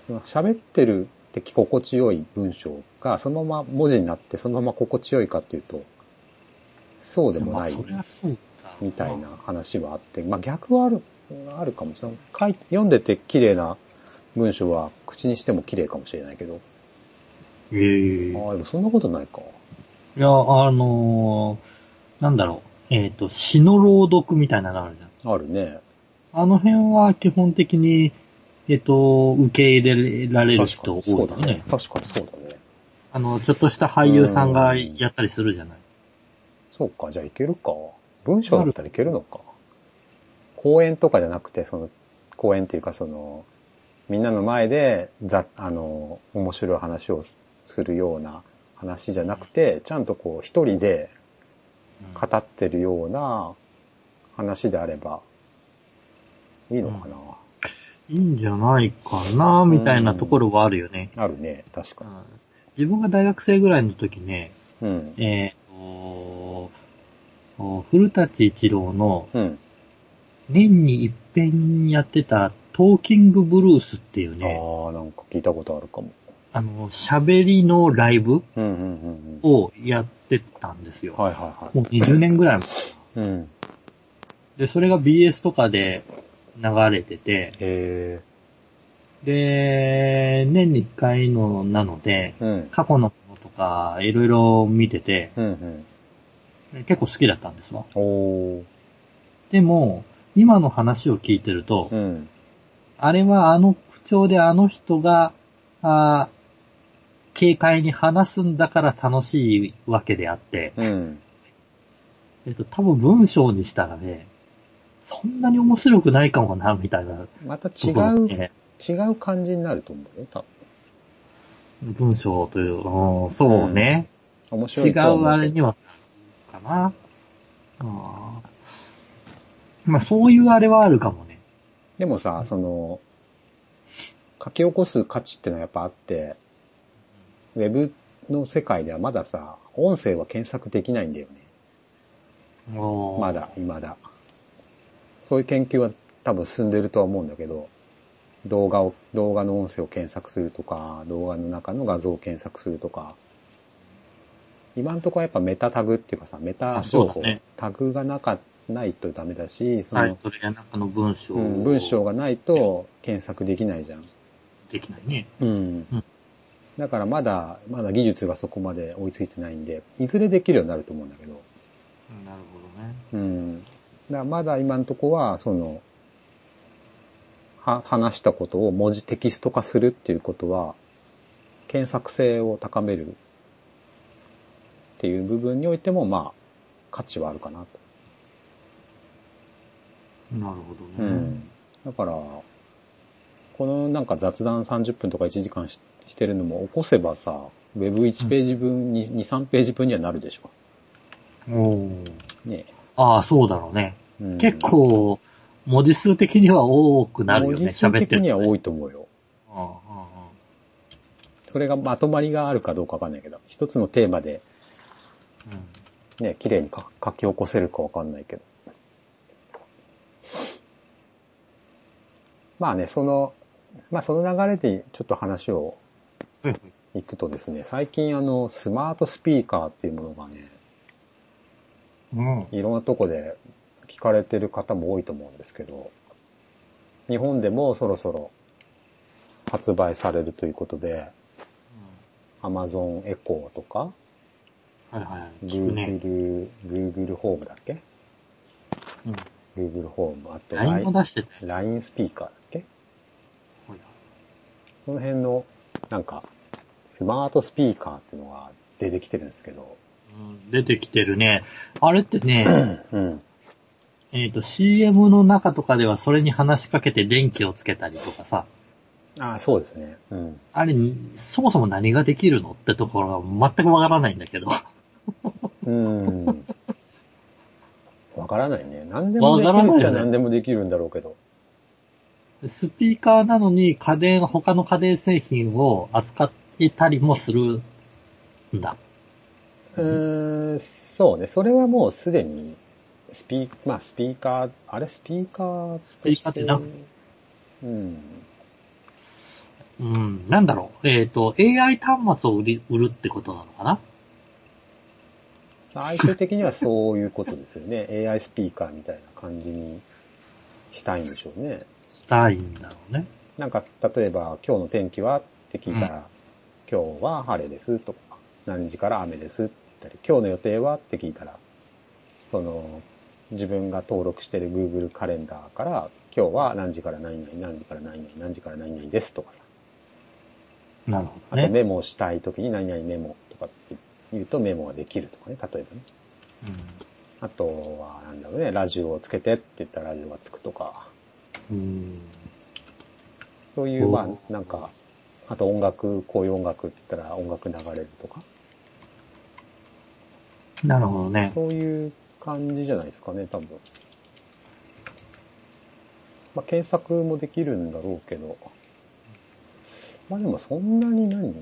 [SPEAKER 1] まあ喋ってるって聞き心地よい文章がそのまま文字になってそのまま心地よいかっていうと、そうでも
[SPEAKER 2] まあ
[SPEAKER 1] ない
[SPEAKER 2] そりゃそうだ。
[SPEAKER 1] みたいな。話はあって、まあ逆はある、あるかもしれない。書い読んでて綺麗な文章は口にしても綺麗かもしれないけど、
[SPEAKER 2] ええ
[SPEAKER 1] ああ、でもそんなことないか。
[SPEAKER 2] いや、あのーなんだろう、えっ、と、詩の朗読みたいなのあるじゃん。
[SPEAKER 1] あるね。
[SPEAKER 2] あの辺は基本的に、えっ、と、受け入れられる
[SPEAKER 1] 確か
[SPEAKER 2] 人
[SPEAKER 1] に
[SPEAKER 2] 多
[SPEAKER 1] そう
[SPEAKER 2] い
[SPEAKER 1] だ
[SPEAKER 2] よ
[SPEAKER 1] ね
[SPEAKER 2] ね。。
[SPEAKER 1] 確かにそうだね。
[SPEAKER 2] あの、ちょっとした俳優さんがやったりするじゃない。
[SPEAKER 1] そうか、じゃあいけるか。文章だったらいけるのか。講演とかじゃなくて、その、講演というかその、みんなの前で、ざ、あの、面白い話をすするような話じゃなくて、ちゃんとこう、一人で
[SPEAKER 2] うん
[SPEAKER 1] 語ってるような話であれば、いいのかな。
[SPEAKER 2] いいんじゃないかな、みたいなところはあるよね。
[SPEAKER 1] あるね、確か
[SPEAKER 2] うん自分が大学生ぐらいの時ね、
[SPEAKER 1] に。うん。
[SPEAKER 2] えっ、とお古舘一郎の
[SPEAKER 1] うん。
[SPEAKER 2] 年に一遍やってたトーキングブルースっていう
[SPEAKER 1] あ
[SPEAKER 2] ね、
[SPEAKER 1] あ、なんか聞いたことあるかも。
[SPEAKER 2] あの、喋りのライブ
[SPEAKER 1] うんうんうんうん。
[SPEAKER 2] をやってたんですよ。
[SPEAKER 1] はいはい
[SPEAKER 2] もう20年ぐらい前。
[SPEAKER 1] はい。うん。
[SPEAKER 2] で、それが BS とかで流れてて、
[SPEAKER 1] へ
[SPEAKER 2] で、年に1回のなので、
[SPEAKER 1] え。うん。
[SPEAKER 2] 過去のものとかいろいろ見てて、
[SPEAKER 1] うんうん。
[SPEAKER 2] 結構好きだったんですわ。
[SPEAKER 1] おー。
[SPEAKER 2] でも、今の話を聞いてると、
[SPEAKER 1] うん。
[SPEAKER 2] あれはあの口調であの人が、あー軽快に話すんだから楽しいわけであって、
[SPEAKER 1] うん。
[SPEAKER 2] えっと、多分文章にしたらね、そんなに面白くないかもな、みたいな
[SPEAKER 1] また違
[SPEAKER 2] ところ
[SPEAKER 1] う、
[SPEAKER 2] でね。
[SPEAKER 1] 違う感じになると思うよ、多分。
[SPEAKER 2] 文章という、うん、そうね。
[SPEAKER 1] 面白
[SPEAKER 2] 違
[SPEAKER 1] いとは思
[SPEAKER 2] うあ
[SPEAKER 1] け
[SPEAKER 2] れ
[SPEAKER 1] ど
[SPEAKER 2] にはなるかな。あーまあ、そういうあれはあるかもね。
[SPEAKER 1] でもさ、その、書き起こす価値ってのはやっぱあって、ウェブの世界ではまださ、音声は検索できないんだよね。
[SPEAKER 2] おー
[SPEAKER 1] まだ、未だ。そういう研究は多分進んでるとは思うんだけど、動画を、動画の音声を検索するとか、動画の中の画像を検索するとか、今んとこはやっぱメタタグっていうかさ、メタ
[SPEAKER 2] あそ
[SPEAKER 1] 情
[SPEAKER 2] うだ
[SPEAKER 1] 報、
[SPEAKER 2] ね
[SPEAKER 1] タグがなか、ないとダメだし、その、
[SPEAKER 2] タイトルや中の文章
[SPEAKER 1] う
[SPEAKER 2] を
[SPEAKER 1] ん、文章がないと検索できないじゃん。
[SPEAKER 2] できないね。
[SPEAKER 1] うん
[SPEAKER 2] うん。
[SPEAKER 1] だからまだ、まだ技術がそこまで追いついてないんで、いずれできるようになると思うんだけど、
[SPEAKER 2] なるほどね。
[SPEAKER 1] うん。だからまだ今のとこは、その、は、話したことを文字テキスト化するっていうことは、検索性を高めるっていう部分においても、まあ、価値はあるかなと。
[SPEAKER 2] なるほ
[SPEAKER 1] う
[SPEAKER 2] どね。
[SPEAKER 1] ん。だから、このなんか雑談30分とか1時間ししてるのも起こせばさ、ウェブ1ページ分に、2、3ページ分にはなるでしょ。
[SPEAKER 2] おー
[SPEAKER 1] ね
[SPEAKER 2] ああ、そうだろうね。
[SPEAKER 1] え。うん
[SPEAKER 2] 結、構、文字数的には多くなるよね、
[SPEAKER 1] 文字数
[SPEAKER 2] 喋って
[SPEAKER 1] 的
[SPEAKER 2] るとね。
[SPEAKER 1] には多いと思うよ。
[SPEAKER 2] うんうんうん
[SPEAKER 1] それがまとまりがあるかどうかわかんないけど、一つのテーマで
[SPEAKER 2] うん
[SPEAKER 1] ね、綺麗にか書き起こせるかわかんないけど。まあね、その、まあその流れでちょっと話を
[SPEAKER 2] うん
[SPEAKER 1] 行くとですね、最近あの、スマートスピーカーっていうものがね、
[SPEAKER 2] うん。
[SPEAKER 1] いろんなとこで聞かれてる方も多いと思うんですけど、日本でもそろそろ発売されるということで、Amazon Echo とか、
[SPEAKER 2] はいはい。聞くね。
[SPEAKER 1] Google、Google Home だっけ
[SPEAKER 2] うん。
[SPEAKER 1] ?Google Home、あと
[SPEAKER 2] LINE も出してたよ。
[SPEAKER 1] LINE スピーカーだっけ
[SPEAKER 2] ほら
[SPEAKER 1] その辺の、なんか、スマートスピーカーっていうのが出てきてるんですけど、
[SPEAKER 2] うん出てきてるね。あれって ね、
[SPEAKER 1] うん。
[SPEAKER 2] えっと CM の中とかではそれに話しかけて電気をつけたりとかさ、
[SPEAKER 1] ああ、そうですね。うん。
[SPEAKER 2] あれ、そもそも何ができるのってところが全くわからないんだけど。
[SPEAKER 1] うん。わからないね。何でもでき
[SPEAKER 2] わから
[SPEAKER 1] る
[SPEAKER 2] ない
[SPEAKER 1] っち
[SPEAKER 2] よ
[SPEAKER 1] ゃ
[SPEAKER 2] ね
[SPEAKER 1] 何でもできるんだろうけど。
[SPEAKER 2] スピーカーなのに家電、他の家電製品を扱っていたりもするんだ。
[SPEAKER 1] うーん、そうね。それはもうすでに、スピー、まあスピーカー、あれスピーカース
[SPEAKER 2] ピーカーってな
[SPEAKER 1] うん。
[SPEAKER 2] うん、なんだろう。えっ、と、AI 端末を売り、売るってことなのかな
[SPEAKER 1] 最終的にはそういうことですよね。AI スピーカーみたいな感じにしたいんでしょうね。
[SPEAKER 2] したいんだろうね。
[SPEAKER 1] なんか、例えば、今日の天気はって聞いたら、今日は晴れですとか、何時から雨ですって言ったり、今日の予定はって聞いたら、その、自分が登録してる Google カレンダーから、今日は何時から何々、何時から何々、何時から何々ですとかさ、
[SPEAKER 2] なるほ
[SPEAKER 1] あ
[SPEAKER 2] ど
[SPEAKER 1] と
[SPEAKER 2] ね。
[SPEAKER 1] メモをしたい時に何々メモとかって言うとメモができるとかね、例えばね。あとは、なんだろうね、ラジオをつけてって言ったらラジオがつくとか、
[SPEAKER 2] うん。うん。
[SPEAKER 1] そういう、
[SPEAKER 2] お
[SPEAKER 1] ま
[SPEAKER 2] ー
[SPEAKER 1] あ、なんか、あと音楽、こういう音楽って言ったら音楽流れるとか、
[SPEAKER 2] なるほどね。
[SPEAKER 1] そういう感じじゃないですかね、多分。まあ、検索もできるんだろうけど。まあでもそんなに何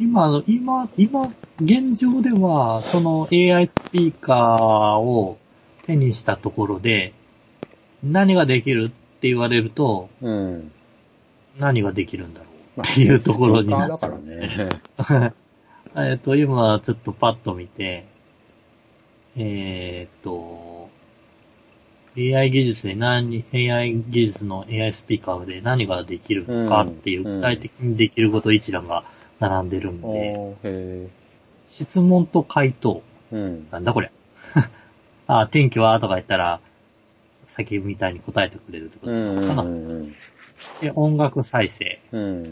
[SPEAKER 2] 今の、今、今、現状では、その AI スピーカーを手にしたところで、何ができるって言われると、
[SPEAKER 1] うん。
[SPEAKER 2] 何ができるんだろう
[SPEAKER 1] まあ
[SPEAKER 2] っていうところになっ
[SPEAKER 1] ス
[SPEAKER 2] ち
[SPEAKER 1] ピーカ
[SPEAKER 2] ゃう。
[SPEAKER 1] ーだからね。
[SPEAKER 2] えっと、今、ちょっとパッと見て、えーっと、AI 技術で何、AI 技術の AI スピーカーで何ができるかっていう、
[SPEAKER 1] うん
[SPEAKER 2] 具体的にできること一覧が並んでるんで、
[SPEAKER 1] おーへ
[SPEAKER 2] 質問と回答。
[SPEAKER 1] ーうん。
[SPEAKER 2] なんだこれ。 あ、天気はとか言ったら、先みたいに答えてくれるってこ
[SPEAKER 1] う
[SPEAKER 2] と。
[SPEAKER 1] ん。
[SPEAKER 2] かな
[SPEAKER 1] うん。
[SPEAKER 2] で、音楽再生、
[SPEAKER 1] うん。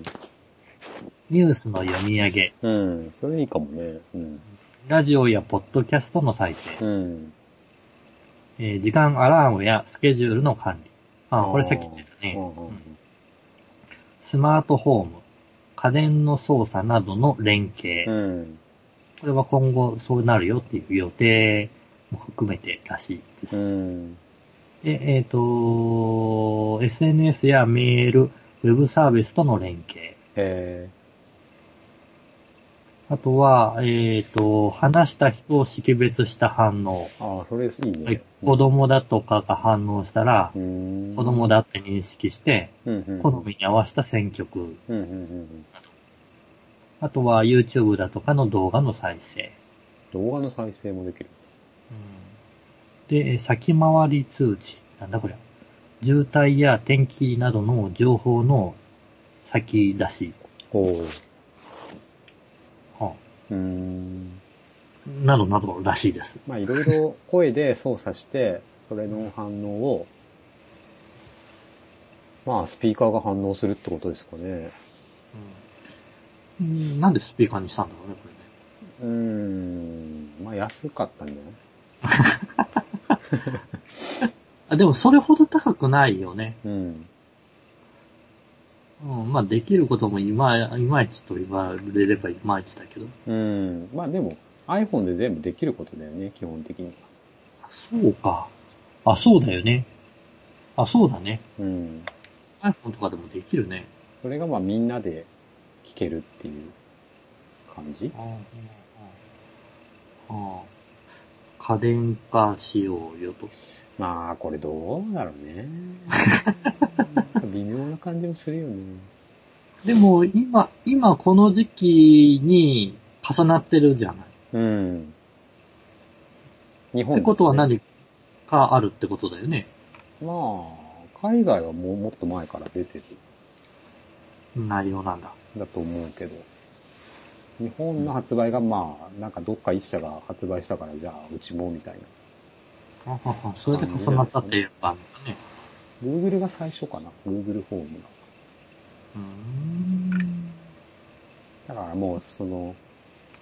[SPEAKER 2] ニュースの読み上げ、
[SPEAKER 1] うん。それいいかもね。うん。
[SPEAKER 2] ラジオやポッドキャストの再生、
[SPEAKER 1] うん。
[SPEAKER 2] えー時間アラームやスケジュールの管理。あ、これさっき言ってた
[SPEAKER 1] う
[SPEAKER 2] ね。
[SPEAKER 1] んうん
[SPEAKER 2] スマートホーム、家電の操作などの連携。
[SPEAKER 1] うん。
[SPEAKER 2] これは今後そうなるよっていう予定も含めてらしいで
[SPEAKER 1] う
[SPEAKER 2] す。
[SPEAKER 1] ん。
[SPEAKER 2] で、えっ、と、SNS やメール、ウェブサービスとの連携。
[SPEAKER 1] へ
[SPEAKER 2] あとは、えっ、と、話した人を識別した反応。
[SPEAKER 1] ああ、それいいね。
[SPEAKER 2] はい、子供だとかが反応したら
[SPEAKER 1] う、ん。
[SPEAKER 2] 子供だって認識して、
[SPEAKER 1] うんうん。
[SPEAKER 2] 好みに合わせた選曲。
[SPEAKER 1] うんうんうんうん。
[SPEAKER 2] あとは YouTube だとかの動画の再生。
[SPEAKER 1] 動画の再生もできる。
[SPEAKER 2] で、えー先回り通知。なんだこれ。渋滞や天気などの情報の先出し。
[SPEAKER 1] ほ
[SPEAKER 2] は
[SPEAKER 1] う。うん。
[SPEAKER 2] あなどなどらしいです。
[SPEAKER 1] まあいろいろ声で操作して、それの反応を、まあスピーカーが反応するってことですかね。
[SPEAKER 2] うん、なんでスピーカーにしたんだろうね、これね。
[SPEAKER 1] うーん。まあ安かったんじゃない
[SPEAKER 2] あ、でもそれほど高くないよね。
[SPEAKER 1] うん。
[SPEAKER 2] うん、まあできることもいまいいまいちと言われればいまいちだけど。
[SPEAKER 1] うん。まあでも iPhone で全部できることだよね、基本的には。
[SPEAKER 2] あそうか。あ、そうだよね。あ、そうだね。
[SPEAKER 1] うん。
[SPEAKER 2] iPhone とかでもできるね。
[SPEAKER 1] それがまあみんなで聞けるっていう感じ
[SPEAKER 2] うんうんうん家電化しようよと。
[SPEAKER 1] まあこれどうだろうね。微妙な感じもするよね。
[SPEAKER 2] でも今、今この時期に重なってるじゃない。
[SPEAKER 1] うん。日本
[SPEAKER 2] ってことは
[SPEAKER 1] ですね
[SPEAKER 2] 何かあるってことだよね。
[SPEAKER 1] まあ、海外はもうもっと前から出てる
[SPEAKER 2] 内容なんだ。
[SPEAKER 1] んだと思うけど、日本の発売がまあ、なんかどっか一社が発売したから、じゃあうちもみたいな。
[SPEAKER 2] あははそれで重なったっていうかね。
[SPEAKER 1] Google が最初かな ?Google ホームが。
[SPEAKER 2] うーん。
[SPEAKER 1] だからもうその、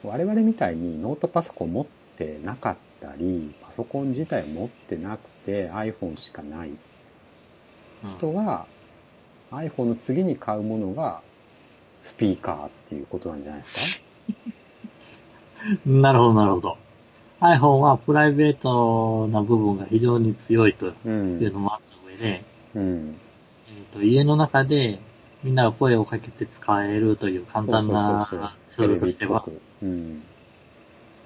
[SPEAKER 1] 我々みたいにノートパソコン持ってなかったり、パソコン自体持ってなくて iPhone しかない人が、iPhone の次に買うものがスピーカーっていうことなんじゃないですか。
[SPEAKER 2] うんなるほど、なるほど。iPhone はプライベートな部分が非常に強いといううんのもあった上で、
[SPEAKER 1] うん。
[SPEAKER 2] えーと家の中でみんなが声をかけて使えるという簡単なツ
[SPEAKER 1] そうそうそうそ
[SPEAKER 2] ー
[SPEAKER 1] う
[SPEAKER 2] ルとしては
[SPEAKER 1] テレ、ビっぽくうん。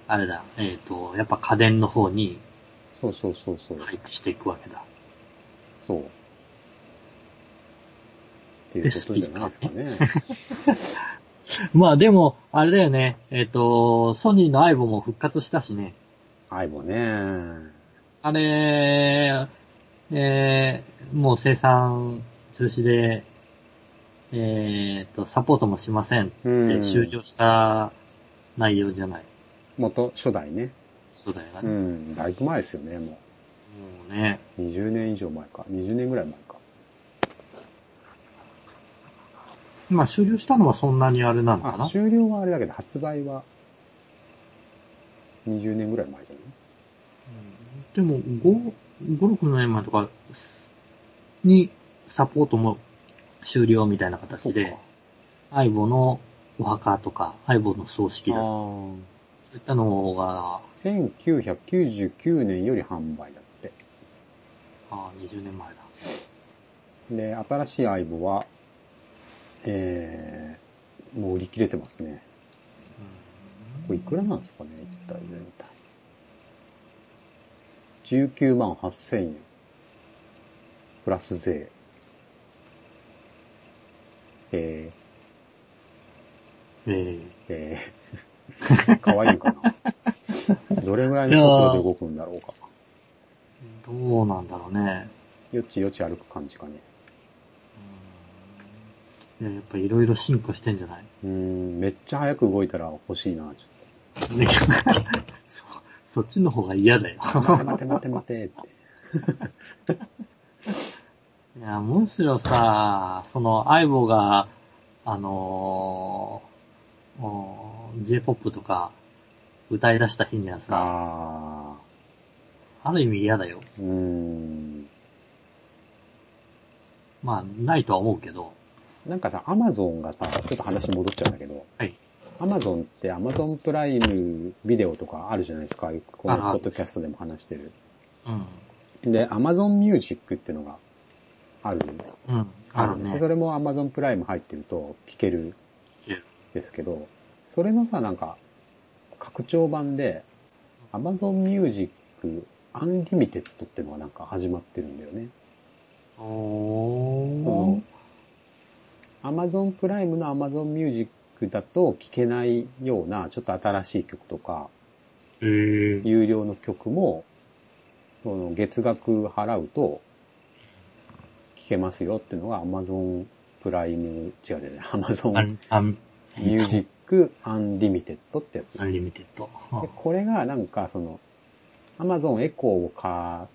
[SPEAKER 2] あれだ、えっ、と、やっぱ家電の方に
[SPEAKER 1] そうそうそうそう。
[SPEAKER 2] 回帰していくわけだ。
[SPEAKER 1] そう。っていうことじゃないですかね。
[SPEAKER 2] まあでも、あれだよね、えっ、と、ソニーの IVO も復活したしね、
[SPEAKER 1] アイボね。
[SPEAKER 2] あれ、えー、もう生産中止で、えっ、と、サポートもしませんって
[SPEAKER 1] うん
[SPEAKER 2] 終了した内容じゃない。
[SPEAKER 1] 元初代ね。
[SPEAKER 2] そうだよ
[SPEAKER 1] う
[SPEAKER 2] ね。
[SPEAKER 1] ん。だいぶ前ですよね、も
[SPEAKER 2] もうね、
[SPEAKER 1] う。20年以上前か。20年ぐらい前か。
[SPEAKER 2] まあ終了したのはそんなにあれなのか
[SPEAKER 1] あ、
[SPEAKER 2] な
[SPEAKER 1] 終了はあれだけど、発売は20年ぐらい前じゃない
[SPEAKER 2] でも、5、5、6年前とかにサポートも終了みたいな
[SPEAKER 1] そ
[SPEAKER 2] 形
[SPEAKER 1] うか。
[SPEAKER 2] で、相棒のお墓とか、相棒の葬式だとか、
[SPEAKER 1] あ
[SPEAKER 2] そういったのが、
[SPEAKER 1] ー1999年より販売だって。
[SPEAKER 2] あー20年前だ。
[SPEAKER 1] で、新しいアイボは、えー、もう売り切れてますね。これいくらなんですかね、一体全体。19万8000円。プラス税。えー、
[SPEAKER 2] え
[SPEAKER 1] えー、 かわいいかな。どれぐらいの速度で動くんだろうか。
[SPEAKER 2] ー、どうなんだろうね。
[SPEAKER 1] よちよち歩く感じかね。
[SPEAKER 2] うんいややっぱいろいろ進化してんじ ゃないう
[SPEAKER 1] ーん、めっちゃ速く動いたら欲しいな、ちょっと。
[SPEAKER 2] ねそそっちの方が嫌だよ。
[SPEAKER 1] 待て 待て待て待てって。
[SPEAKER 2] いや、むしろさ、その、相棒が、あのーおー J-POP とか歌い出した日にはさ、
[SPEAKER 1] あ
[SPEAKER 2] ある意味嫌だよ。
[SPEAKER 1] ー、うーん。
[SPEAKER 2] まあ、ないとは思うけど、
[SPEAKER 1] なんかさ、アマゾンがさ、ちょっと話戻っちゃうんだけど、
[SPEAKER 2] はい。
[SPEAKER 1] アマゾンってアマゾンプライムビデオとかあるじゃないですか。このポッドキャストでも話してる。
[SPEAKER 2] うん。
[SPEAKER 1] で、アマゾンミュージックってのがある。
[SPEAKER 2] うん。あるね。
[SPEAKER 1] それもアマゾンプライム入ってると聞ける
[SPEAKER 2] 聞ける
[SPEAKER 1] んですけど、それのさ、なんか、拡張版で、Amazon Music Unlimited ってのがなんか始まってるんだよね。
[SPEAKER 2] お
[SPEAKER 1] その、Amazon プライムの Amazon Music だと聴けないような、ちょっと新しい曲とか、
[SPEAKER 2] えー、
[SPEAKER 1] 有料の曲も、その月額払うと、聴けますよっていうのが Amazon プライム、違う違う違う、
[SPEAKER 2] ア
[SPEAKER 1] Amazon
[SPEAKER 2] ン、アン、
[SPEAKER 1] ミュージックアンリミテッドってやつ。
[SPEAKER 2] アンリミテッド。
[SPEAKER 1] でこれがなんかその、Amazon エコーを買っ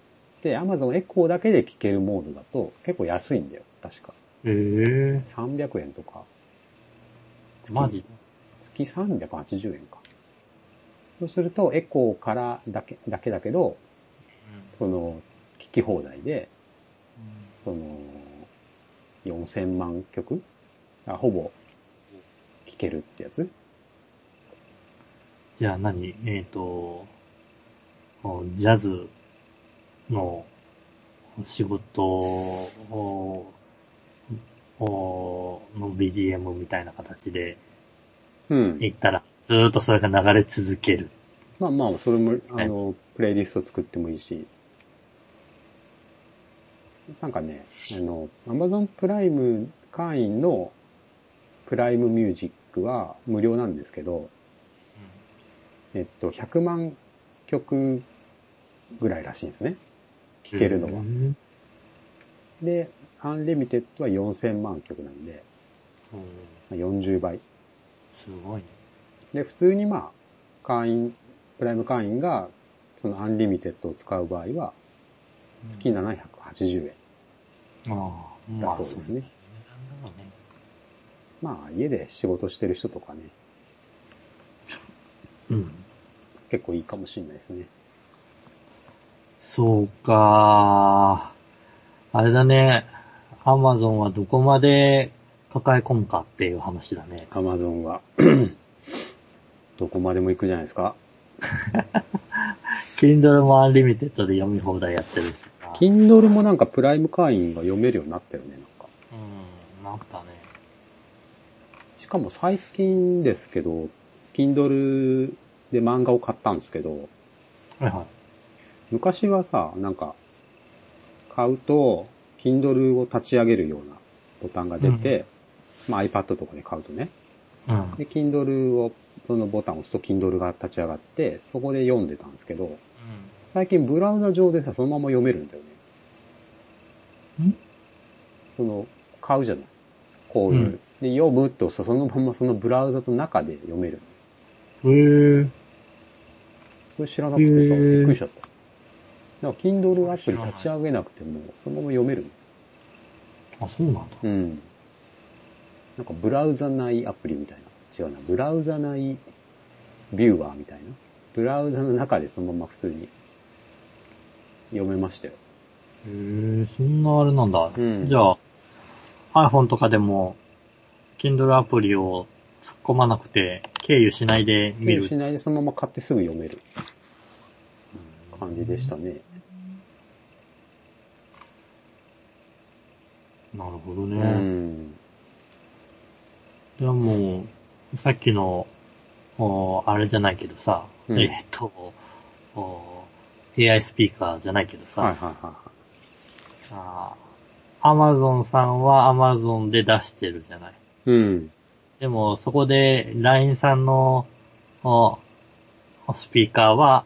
[SPEAKER 1] て、Amazon エコーだけで聴けるモードだと結構安いんだよ、確か。
[SPEAKER 2] えー、
[SPEAKER 1] 300円とか。月
[SPEAKER 2] マジ
[SPEAKER 1] 月380円か。そうすると、エコーからだけ、だけだけど、その、聞き放題で、その、4000万曲あほぼ、聞けるってやつ
[SPEAKER 2] じゃあ何えっ、と、おジャズの仕事を、おの BGM みたいな形で
[SPEAKER 1] うん。
[SPEAKER 2] 行ったら、ずーっとそれが流れ続ける。
[SPEAKER 1] まあまあ、それも、あの、プレイリスト作ってもいいし。なんかね、あの、Amazon プライム会員のプライムミュージックは無料なんですけど、えっと、100万曲ぐらいらしいんですね。聴けるの
[SPEAKER 2] う
[SPEAKER 1] は。
[SPEAKER 2] ん
[SPEAKER 1] で、アンリミテッドは4000万曲なんで、
[SPEAKER 2] うん
[SPEAKER 1] まあ40倍。
[SPEAKER 2] すごいね。
[SPEAKER 1] で、普通にまあ、会員、プライム会員が、そのアンリミテッドを使う場合は、月
[SPEAKER 2] な。
[SPEAKER 1] 780円。
[SPEAKER 2] ああ、
[SPEAKER 1] だそうですね
[SPEAKER 2] まあそうだね
[SPEAKER 1] まあ、家で仕事してる人とかね、
[SPEAKER 2] うん。
[SPEAKER 1] 結構いいかもしれないですね。
[SPEAKER 2] そうかーあれだね。アマゾンはどこまで抱え込むかっていう話だね。
[SPEAKER 1] アマゾン は。どこまでも行くじゃないですか。
[SPEAKER 2] Kindle もアンリミテッドで読み放題やってるしな。
[SPEAKER 1] Kindle もなんかプライム会員が読めるようになったよね、なんか。
[SPEAKER 2] うん、なったね。
[SPEAKER 1] しかも最近ですけど、Kindle で漫画を買ったんですけど、
[SPEAKER 2] はいはい。
[SPEAKER 1] 昔はさ、なんか、買うと、Kindle を立ち上げるようなボタンが出て、まあ iPad とかで買うとね。
[SPEAKER 2] うん。
[SPEAKER 1] で、Kindle を、そのボタンを押すと Kindle が立ち上がって、そこで読んでたんですけど、最近ブラウザ上でさ、そのまま読めるんだよね。
[SPEAKER 2] ん
[SPEAKER 1] その、買うじゃない。こういう。
[SPEAKER 2] うん
[SPEAKER 1] で、読むとさ、そのままそのブラウザの中で読める。
[SPEAKER 2] うん。へえ。
[SPEAKER 1] それ知らなくてさ、
[SPEAKER 2] へー
[SPEAKER 1] びっくりしちゃった。だから、Kindle アプリ立ち上げなくても、そのまま読めるの。
[SPEAKER 2] あ、そうなんだ。
[SPEAKER 1] うん。なんか、ブラウザ内アプリみたいな。違うな。ブラウザ内ビューワーみたいな。ブラウザの中でそのまま普通に読めましたよ。
[SPEAKER 2] へえ、そんなあれなんだ。
[SPEAKER 1] うん
[SPEAKER 2] じゃあ、iPhone とかでも、Kindle アプリを突っ込まなくて、経由しないで見
[SPEAKER 1] 経
[SPEAKER 2] る
[SPEAKER 1] 由しないでそのまま買ってすぐ読める感じでしたね。
[SPEAKER 2] なるほど
[SPEAKER 1] う
[SPEAKER 2] ね。
[SPEAKER 1] ん。
[SPEAKER 2] いやもう、さっきの、おーあれじゃないけどさ、
[SPEAKER 1] うん
[SPEAKER 2] えーっとおー、AI スピーカーじゃないけどさ、
[SPEAKER 1] はいはいは
[SPEAKER 2] あー Amazon さんは Amazon で出してるじゃない。
[SPEAKER 1] い。うん。
[SPEAKER 2] でも、そこで LINE さんのおースピーカーは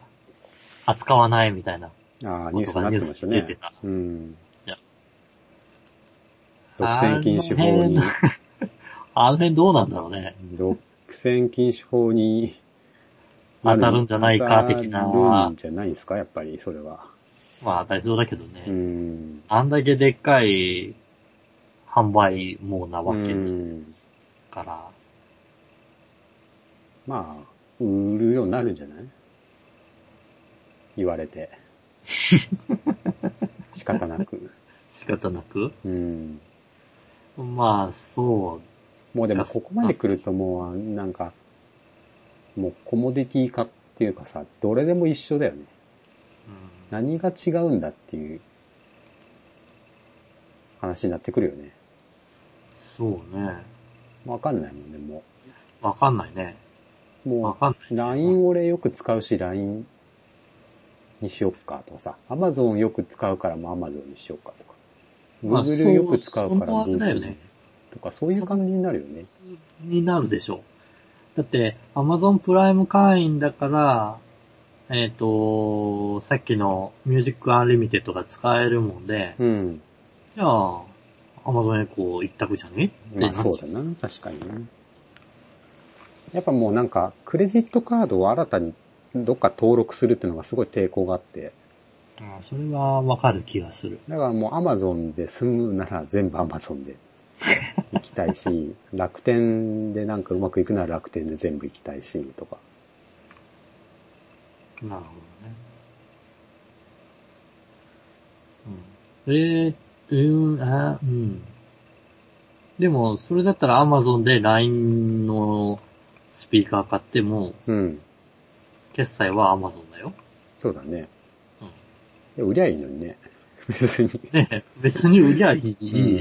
[SPEAKER 2] 扱わないみたいな。
[SPEAKER 1] ああ、ニュースになってました
[SPEAKER 2] ニュースに出て
[SPEAKER 1] ね
[SPEAKER 2] た。
[SPEAKER 1] うん
[SPEAKER 2] いや。
[SPEAKER 1] 独占禁止法に
[SPEAKER 2] あの辺の、あの辺どうなんだろうね。
[SPEAKER 1] 独占禁止法に、
[SPEAKER 2] 当たるんじゃないか的な
[SPEAKER 1] 当たるんじゃないですか、やっぱり、それは。
[SPEAKER 2] まあ当たりそうだけどね。
[SPEAKER 1] うん。
[SPEAKER 2] あんだけでっかい販売網なわけ
[SPEAKER 1] う
[SPEAKER 2] で
[SPEAKER 1] ん
[SPEAKER 2] すから、
[SPEAKER 1] まあ、売るようになるんじゃない言われ て。仕方なく。
[SPEAKER 2] 仕方なく。
[SPEAKER 1] うん。
[SPEAKER 2] まあ、そ
[SPEAKER 1] もうでもここまで来るともう、なんか、もうコモディティ化っていうかさ、どれでも一緒だよね。
[SPEAKER 2] う。うん
[SPEAKER 1] 何が違うんだっていう話になってくるよね。
[SPEAKER 2] そうね。
[SPEAKER 1] わかんないもんね、も
[SPEAKER 2] わかんないね。
[SPEAKER 1] う。
[SPEAKER 2] わ
[SPEAKER 1] も
[SPEAKER 2] かん
[SPEAKER 1] う、LINE 俺よく使うし、LINE にしよっかとかさ、Amazon よく使うからもう Amazon にしよっかとか、
[SPEAKER 2] まあ
[SPEAKER 1] Google よく使うから
[SPEAKER 2] そうそのあれだよ
[SPEAKER 1] Google
[SPEAKER 2] ね
[SPEAKER 1] とか、そういう感じになるよね。
[SPEAKER 2] ない。になるでしょう。だって、Amazon プライム会員だから、えっ、と、さっきの Music Unlimited が使えるもんで、
[SPEAKER 1] うん。
[SPEAKER 2] じゃあ、Amazon エコー一択じゃねって
[SPEAKER 1] まあ
[SPEAKER 2] なっちゃ
[SPEAKER 1] そうだな、確かにね。やっぱもうなんか、クレジットカードを新たにどっか登録するっていうのがすごい抵抗があって、
[SPEAKER 2] うんそれはわかる気がする。
[SPEAKER 1] だからもう Amazon で済むなら全部 Amazon で行きたい し、楽天でなんかうまくいくなら楽天で全部行きたいし、とか。
[SPEAKER 2] なるほどね。うん。えー、うん、あーうん。でも、それだったら Amazon で LINE のスピーカー買っても、
[SPEAKER 1] うん。
[SPEAKER 2] 決済は Amazon だよ。
[SPEAKER 1] そうだね。
[SPEAKER 2] うん
[SPEAKER 1] で売りゃいいのにね。別に。
[SPEAKER 2] ね、別に売りゃいい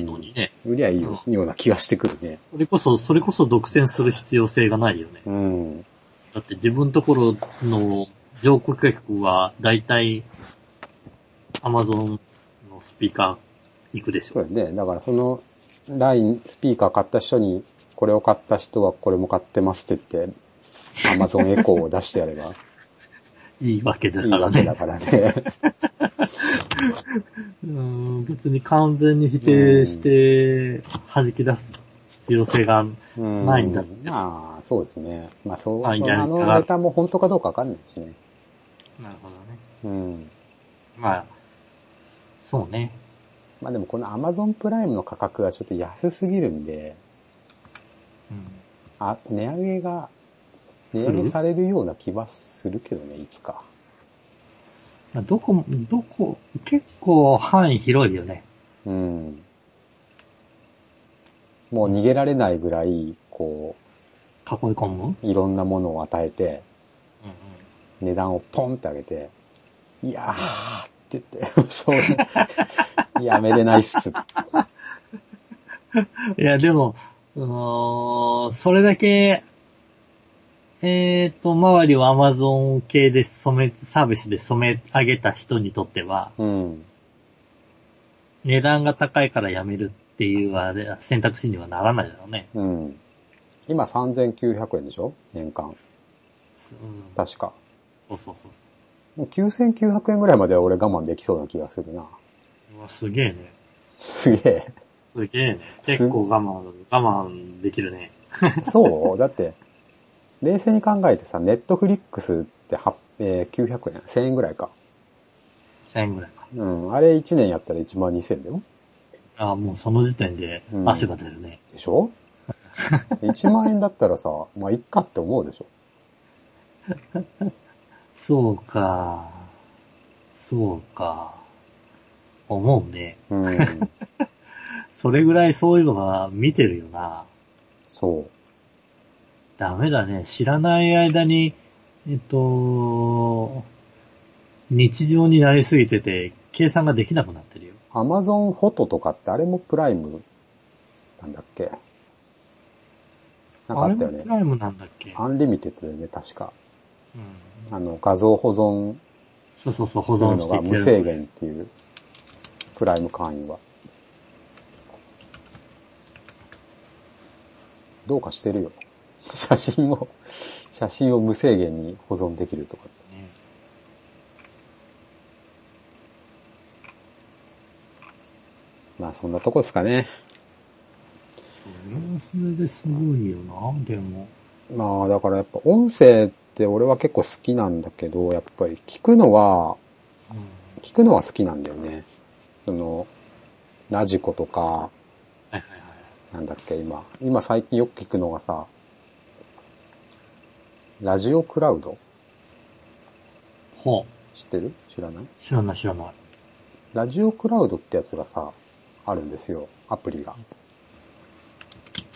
[SPEAKER 2] のにね。
[SPEAKER 1] 売りゃいいよような気がしてくるね。
[SPEAKER 2] それこそ、それこそ独占する必要性がないよね。
[SPEAKER 1] うん。
[SPEAKER 2] だって自分のところの上顧客は大体 Amazon のスピーカー行くでし
[SPEAKER 1] そ
[SPEAKER 2] ょ
[SPEAKER 1] う。だね。だからその、ライン、スピーカー買った人に、これを買った人はこれも買ってますって言って、Amazon エコーを出してやれ ば
[SPEAKER 2] いいわけだ
[SPEAKER 1] いい
[SPEAKER 2] から
[SPEAKER 1] わけだ
[SPEAKER 2] ね。
[SPEAKER 1] からね。
[SPEAKER 2] うーん、別に完全に否定して弾き出す必要性が、
[SPEAKER 1] うん
[SPEAKER 2] ないんだって
[SPEAKER 1] まあ、そうですね。まあ、そう、
[SPEAKER 2] あ
[SPEAKER 1] あ
[SPEAKER 2] いや
[SPEAKER 1] の
[SPEAKER 2] だから
[SPEAKER 1] ネタも本当かどうかわかんないしね。
[SPEAKER 2] なるほどね。
[SPEAKER 1] うん。
[SPEAKER 2] まあ、そうね。
[SPEAKER 1] まあでもこの Amazon プライムの価格がちょっと安すぎるんで、
[SPEAKER 2] うん、
[SPEAKER 1] あ、値上げが、値
[SPEAKER 2] る
[SPEAKER 1] 上げされるような気はするけどね、いつか。
[SPEAKER 2] まあどこも、どこ、結構範囲広いよね。
[SPEAKER 1] うん。もう逃げられないぐらい、こ
[SPEAKER 2] 囲い込む
[SPEAKER 1] う、いろんなものを与えて、
[SPEAKER 2] うんうん
[SPEAKER 1] 値段をポンって上げて、いやーって言って、 そう、やめれないっす。
[SPEAKER 2] いや、でも、うーんそれだけ、えっ、と、周りを Amazon 系で染め、サービスで染め上げた人にとっては、
[SPEAKER 1] うん。
[SPEAKER 2] 値段が高いからやめるっていうあれ選択肢にはならないだろうね。
[SPEAKER 1] うん。今3900円でしょ年間。
[SPEAKER 2] うん、そう
[SPEAKER 1] 確か。
[SPEAKER 2] そうそう。
[SPEAKER 1] もう9900円ぐらいまでは俺我慢できそうな気がするな。
[SPEAKER 2] うわ、すげえね。
[SPEAKER 1] すげえ。
[SPEAKER 2] すげえね。結構我慢、我慢できるね。
[SPEAKER 1] そうだって、冷静に考えてさ、ネットフリックスってはえー900円 ?1000 円ぐらいか。
[SPEAKER 2] 1000円ぐらいか。
[SPEAKER 1] うん。あれ1年やったら1万2000円だよ。
[SPEAKER 2] ああ、もうその時点で汗が出るね。
[SPEAKER 1] でしょ ?1 万円だったらさ、まあ、いっかって思うでしょ。
[SPEAKER 2] そうか。そうか。思うね。
[SPEAKER 1] うん。
[SPEAKER 2] それぐらいそういうのが見てるよな。
[SPEAKER 1] そ
[SPEAKER 2] ダメだね。知らない間に、えっと、日常になりすぎてて、計算ができなくなってるよ。
[SPEAKER 1] う。Amazon フォトとかってあれもプライムなんだっけなんかあったよ
[SPEAKER 2] あれも
[SPEAKER 1] ね
[SPEAKER 2] プ。ライムなんだっけ
[SPEAKER 1] アンリミテッドでね、確か。
[SPEAKER 2] うん。
[SPEAKER 1] あの、画像保存
[SPEAKER 2] そうそうそう、保
[SPEAKER 1] する
[SPEAKER 2] 存
[SPEAKER 1] の
[SPEAKER 2] して
[SPEAKER 1] が
[SPEAKER 2] い
[SPEAKER 1] 無
[SPEAKER 2] け
[SPEAKER 1] 制
[SPEAKER 2] る。
[SPEAKER 1] 限っていう、プライム会員は。どうかしてるよ。 写真を、写真を無制限に保存できるとか。
[SPEAKER 2] ね
[SPEAKER 1] まあそんなとこですかね。
[SPEAKER 2] そうねそれですごいよな、でも。
[SPEAKER 1] まあだからやっぱ音声って俺は結構好きなんだけど、やっぱり聞くのは、
[SPEAKER 2] うん。
[SPEAKER 1] 聞くのは好きなんだよね。その、ラジコとか、
[SPEAKER 2] はいはいはい。
[SPEAKER 1] なんだっけ、今。今最近よく聞くのがさ、ラジオクラウド
[SPEAKER 2] ほう。
[SPEAKER 1] 知ってる知らない
[SPEAKER 2] 知らない知らない。
[SPEAKER 1] ラジオクラウドってやつがさ、あるんですよ。アプリが。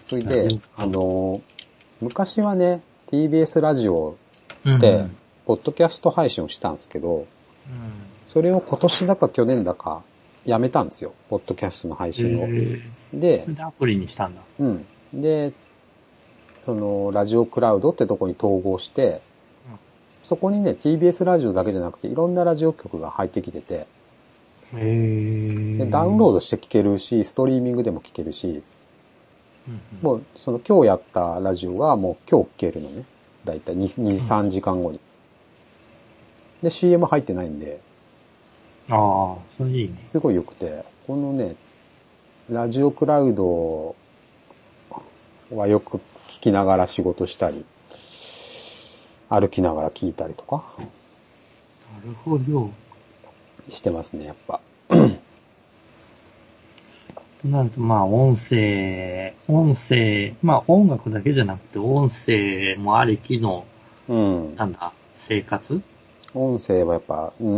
[SPEAKER 1] それで
[SPEAKER 2] ラジオク、ラ
[SPEAKER 1] あ
[SPEAKER 2] ウ
[SPEAKER 1] の、昔はね、TBS ラジオ
[SPEAKER 2] うん
[SPEAKER 1] でポッドキャスト配信をしたんですけど、それを今年だか去年だかやめたんですよ。ポッドキャストの配
[SPEAKER 2] うん。
[SPEAKER 1] 信を。
[SPEAKER 2] えー
[SPEAKER 1] で
[SPEAKER 2] それ、でアプリにしたんだ。
[SPEAKER 1] うん。で、その、ラジオクラウドってとこに統合して、
[SPEAKER 2] うん
[SPEAKER 1] そこにね、TBS ラジオだけじゃなくて、いろんなラジオ局が入ってきてて、
[SPEAKER 2] へえ
[SPEAKER 1] でダウンロー
[SPEAKER 2] ド。
[SPEAKER 1] ドして聴けるし、ストリーミングでも聴けるし、
[SPEAKER 2] うんうん
[SPEAKER 1] もう、その今日やったラジオがもう今日聴けるのね。だいたい2、2 3時間後に。で、CM 入ってないんで、
[SPEAKER 2] ああ、それいいね。
[SPEAKER 1] すごい良くて、このね、ラジオクラウドはよく聞きながら仕事したり、歩きながら聞いたりとか
[SPEAKER 2] なるほど。
[SPEAKER 1] してますね、やっぱ。
[SPEAKER 2] となると、まあ、音声、音声、まあ、音楽だけじゃなくて、音声もありきの、
[SPEAKER 1] うん
[SPEAKER 2] な。んだ、生活
[SPEAKER 1] 音声はやっぱ、うー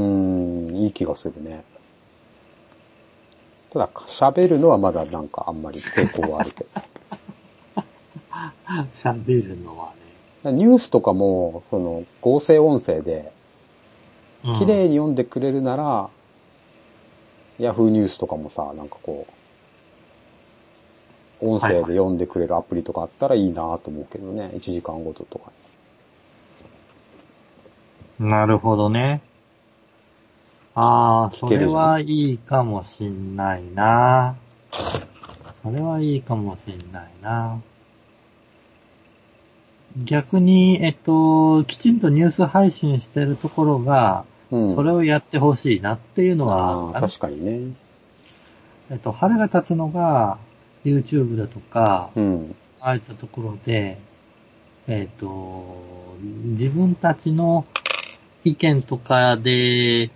[SPEAKER 1] ん、いい気がするね。ただ、喋るのはまだなんかあんまり抵抗はあるけど。
[SPEAKER 2] 喋るのは
[SPEAKER 1] ニュースとかも、その、合成音声で、
[SPEAKER 2] ね。
[SPEAKER 1] 綺麗に読んでくれるなら、ヤフーニュースとかもさ、なんかこう、音声で読んでくれるアプリとかあったらいいなと思うけどね、1時間ごととか。
[SPEAKER 2] うん。なるほどね。ああ、
[SPEAKER 1] 聞
[SPEAKER 2] そ
[SPEAKER 1] ける
[SPEAKER 2] れはいいかもしんないな。それはいいかもしんないな。逆に、えっと、きちんとニュース配信してるところが、
[SPEAKER 1] うん。
[SPEAKER 2] それをやってほしいなっていうの
[SPEAKER 1] あ
[SPEAKER 2] は、
[SPEAKER 1] あ、確かにね。
[SPEAKER 2] えっと、腹が立つのが、YouTube だとか、
[SPEAKER 1] うん。
[SPEAKER 2] ああいったところで、えっと、自分たちの意見とかで、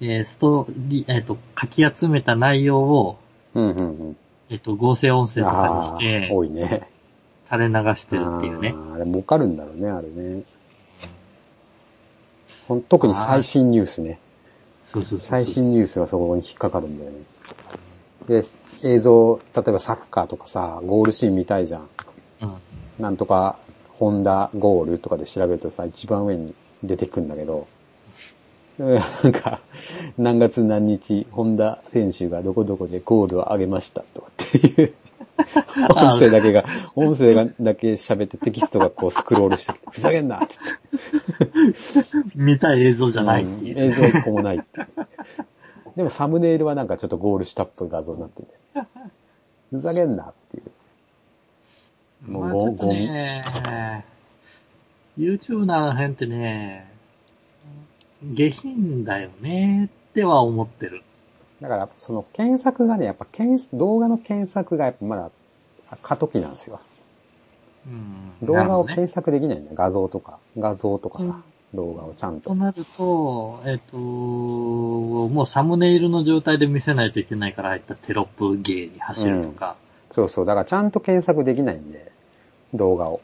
[SPEAKER 2] えーストーリー、えっと、書き集めた内容を、
[SPEAKER 1] うん、うん、
[SPEAKER 2] えっと、合成音
[SPEAKER 1] う
[SPEAKER 2] 声
[SPEAKER 1] ん。
[SPEAKER 2] とかに
[SPEAKER 1] ああ
[SPEAKER 2] し
[SPEAKER 1] ー、
[SPEAKER 2] て、
[SPEAKER 1] 多いね。
[SPEAKER 2] 垂れ流してるっていうね
[SPEAKER 1] あ。ーあれ儲かるんだろうね、あれね。ほん特に最新ニュースね。
[SPEAKER 2] そうそうそう。
[SPEAKER 1] 最。新ニュースがそこに引っかかるんだよね。で、映像、例えばサッカーとかさ、ゴールシーン見たいじゃん。
[SPEAKER 2] うん。
[SPEAKER 1] なんとか、ホンダゴールとかで調べるとさ、一番上に出てくんだけど、 うんなんか、何月何日、ホンダ選手がどこどこでゴールを上げましたとかって いう、音声だけが、音声がだけ喋ってテキストがこうスクロールして、ふざけんなって言って
[SPEAKER 2] 見たい映像じゃないっていう。
[SPEAKER 1] 映像一個もないっていう。でもサムネイルはなんかちょっとゴールしたっぽい画像になってて。ふざけんなっていう。もう
[SPEAKER 2] まあち
[SPEAKER 1] ご
[SPEAKER 2] ょっとね、YouTube のあの辺ってね、下品だよねっては思ってる。
[SPEAKER 1] だから、その検索がね、やっぱ検、動画の検索がやっぱまだ過渡期なんですよ。
[SPEAKER 2] うん、
[SPEAKER 1] 動画を
[SPEAKER 2] なるほどね
[SPEAKER 1] 検索できないんだよ。画像とか、画像とかさ、動画をちゃん
[SPEAKER 2] と
[SPEAKER 1] と。
[SPEAKER 2] なると、えっ、と、もうサムネイルの状態で見せないといけないから入ったテロップ芸に走るとか、
[SPEAKER 1] そうそう。だからちゃんと検索できないんで、動画を。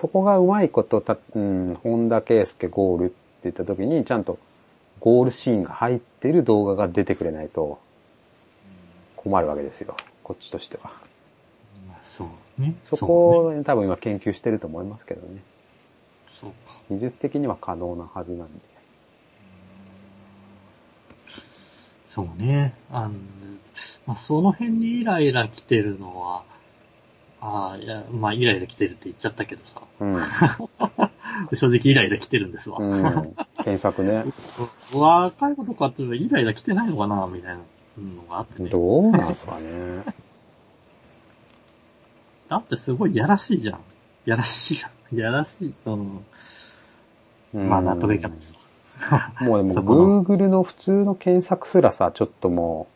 [SPEAKER 1] そこがうまいこと、た、うん、本田圭佑ゴールって言った時に、ちゃんとゴールシーンが入ってる動画が出てくれないと困るわけですよ。こっちとしては。
[SPEAKER 2] まあそうね。
[SPEAKER 1] そこを、多分今研究してると思いますけどね。
[SPEAKER 2] そう,、そうか。
[SPEAKER 1] 技術的には可能なはずなんで。
[SPEAKER 2] そうね。あの、まあ、その辺にイライラ来てるのは、ああ、いや、まあ、イライラ来てるって言っちゃったけどさ、
[SPEAKER 1] うん。
[SPEAKER 2] 正直イライラ来てるんですわ。
[SPEAKER 1] うん。検索 ね。
[SPEAKER 2] 若い子とかってイライラ来てないのかなみたいなのがあってね。
[SPEAKER 1] どうなんすかね。
[SPEAKER 2] だってすごいやらしいじゃん。やらしいじゃん。やらしい。その
[SPEAKER 1] うん
[SPEAKER 2] まあ、納得いかないですわ。
[SPEAKER 1] もうで
[SPEAKER 2] そこの
[SPEAKER 1] も、Google の普通の検索すらさ、ちょっとも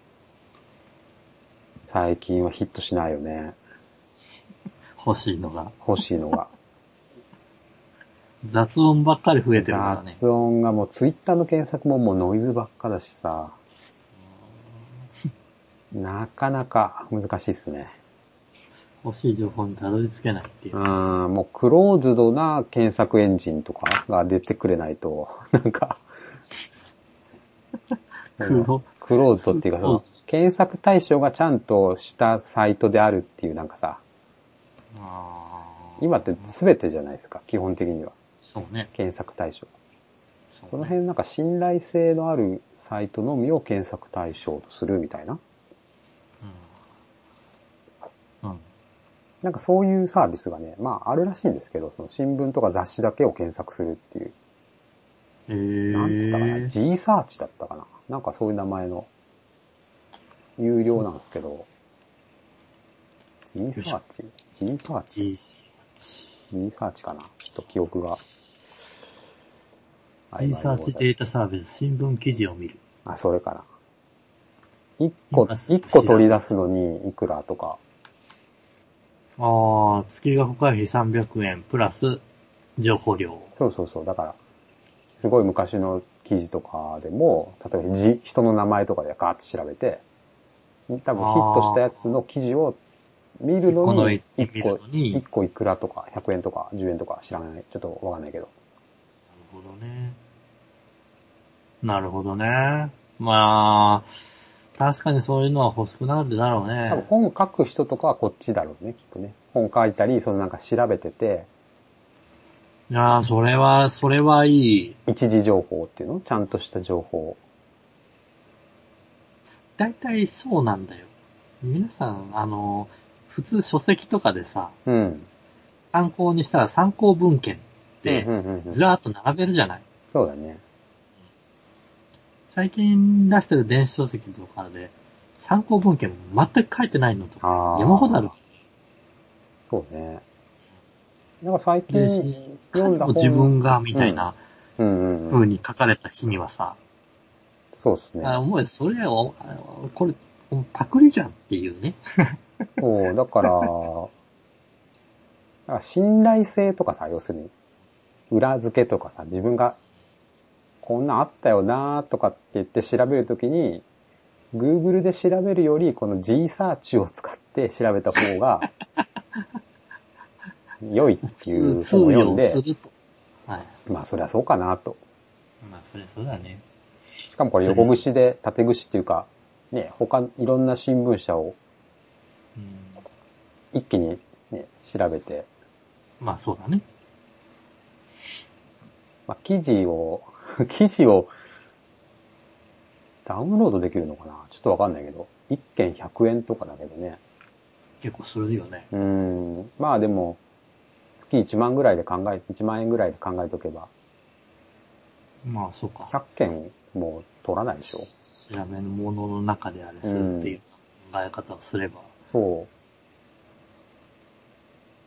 [SPEAKER 1] う、最近はヒットしないよね。
[SPEAKER 2] 欲しいのが。
[SPEAKER 1] 欲しいのが。
[SPEAKER 2] 雑音ばっかり増えてるからね。
[SPEAKER 1] 雑音がもう Twitter の検索ももうノイズばっかだしさ、なかなか難しいっすね。
[SPEAKER 2] 欲しい情報にたどり着けないっていうう。
[SPEAKER 1] ん、もうクローズドな検索エンジンとかが出てくれないと、なんか、
[SPEAKER 2] クロ
[SPEAKER 1] クローズドっていうか、そ
[SPEAKER 2] クロー
[SPEAKER 1] の
[SPEAKER 2] ズ、
[SPEAKER 1] 検索対象がちゃんとしたサイトであるっていうなんかさ、
[SPEAKER 2] あー
[SPEAKER 1] 今って全てじゃないですか、基本的には。
[SPEAKER 2] そうね。
[SPEAKER 1] 検索対象。
[SPEAKER 2] そうね
[SPEAKER 1] この辺なんか信頼性のあるサイトのみを検索対象とするみたいな。
[SPEAKER 2] うん。うん。
[SPEAKER 1] なんかそういうサービスがね、まああるらしいんですけど、その新聞とか雑誌だけを検索するっていう、
[SPEAKER 2] え
[SPEAKER 1] なんつったかな、
[SPEAKER 2] ー。
[SPEAKER 1] G サーチだったかな。なんかそういう名前の、有料なんですけど、G サーチ ?G サーチ
[SPEAKER 2] G
[SPEAKER 1] ミニサーチかなちょっと記憶が。
[SPEAKER 2] G サーチデータサービス、新聞記事を見る。
[SPEAKER 1] あ、それかな。一個
[SPEAKER 2] 今、
[SPEAKER 1] 一個取り出すのにいくらとか。
[SPEAKER 2] ああ、月額会費300円プラス情報量。
[SPEAKER 1] そうそうそう。だから、すごい昔の記事とかでも、例えばじ人の名前とかでガーッと調べて、多分ヒットしたやつの記事を見る
[SPEAKER 2] こ
[SPEAKER 1] の
[SPEAKER 2] の
[SPEAKER 1] に
[SPEAKER 2] 一、
[SPEAKER 1] 一
[SPEAKER 2] 見る
[SPEAKER 1] 個
[SPEAKER 2] の、に。な
[SPEAKER 1] 一
[SPEAKER 2] る
[SPEAKER 1] 個いくらとか、100円とか10円とか知らない。ちょっとわかんないけど。
[SPEAKER 2] ほどね。なるほどね。まあ、確かにそういうのは欲しくなるだろう
[SPEAKER 1] 多分
[SPEAKER 2] ね。
[SPEAKER 1] 本書く人とかはこっちだろうね、きっとね。本書いたり、そのなんか調べてて、
[SPEAKER 2] いやーそれは、それはいい。
[SPEAKER 1] 一時情報っていうのちゃんとした情報。
[SPEAKER 2] だいたいそうなんだよ。皆さん、あの、普通書籍とかでさ、
[SPEAKER 1] うん。
[SPEAKER 2] 参考にしたら参考文献って
[SPEAKER 1] うん、うんうん
[SPEAKER 2] ずらーっと並べるじゃない。
[SPEAKER 1] そうだね。
[SPEAKER 2] 最近出してる電子書籍とかで、参考文献全く書いてないのとか、
[SPEAKER 1] あー
[SPEAKER 2] 山ほどある。
[SPEAKER 1] そうね。なんか最近
[SPEAKER 2] で書
[SPEAKER 1] 読ん
[SPEAKER 2] いて
[SPEAKER 1] だ
[SPEAKER 2] も
[SPEAKER 1] 本。
[SPEAKER 2] 自分が、みたいな
[SPEAKER 1] うんうんうん。
[SPEAKER 2] 風に書かれた日にはさ、
[SPEAKER 1] そうですね。
[SPEAKER 2] あもうそれを、あこれ、パクリじゃんっていうね。
[SPEAKER 1] そう、だから、だから信頼性とかさ、要するに、裏付けとかさ、自分が、こんなんあったよなーとかって言って調べるときに、Google で調べるより、この G サーチを使って調べた方 が、良いっていう
[SPEAKER 2] 通
[SPEAKER 1] 本を読ん
[SPEAKER 2] 用
[SPEAKER 1] で、
[SPEAKER 2] すると。はい。
[SPEAKER 1] まあそりゃそうかなと。
[SPEAKER 2] まあ、それそうだね。
[SPEAKER 1] しかもこれ横串で縦串っていうか、ね、他、いろんな新聞社を
[SPEAKER 2] うん、
[SPEAKER 1] 一気に、ね、調べて、
[SPEAKER 2] まあ、そうだね。
[SPEAKER 1] まあ、記事を、 記事をダウンロードできるのかなちょっとわかんないけど。1件100円とかだけどね。
[SPEAKER 2] 結構するよね。
[SPEAKER 1] うーん。まあでも、月1万ぐらいで考え、1万円ぐらいで考えとけば、
[SPEAKER 2] まあ、そうか。
[SPEAKER 1] 100件も取らないでしょ
[SPEAKER 2] 調べ物の中であれするっていう考え方をすれば。
[SPEAKER 1] そ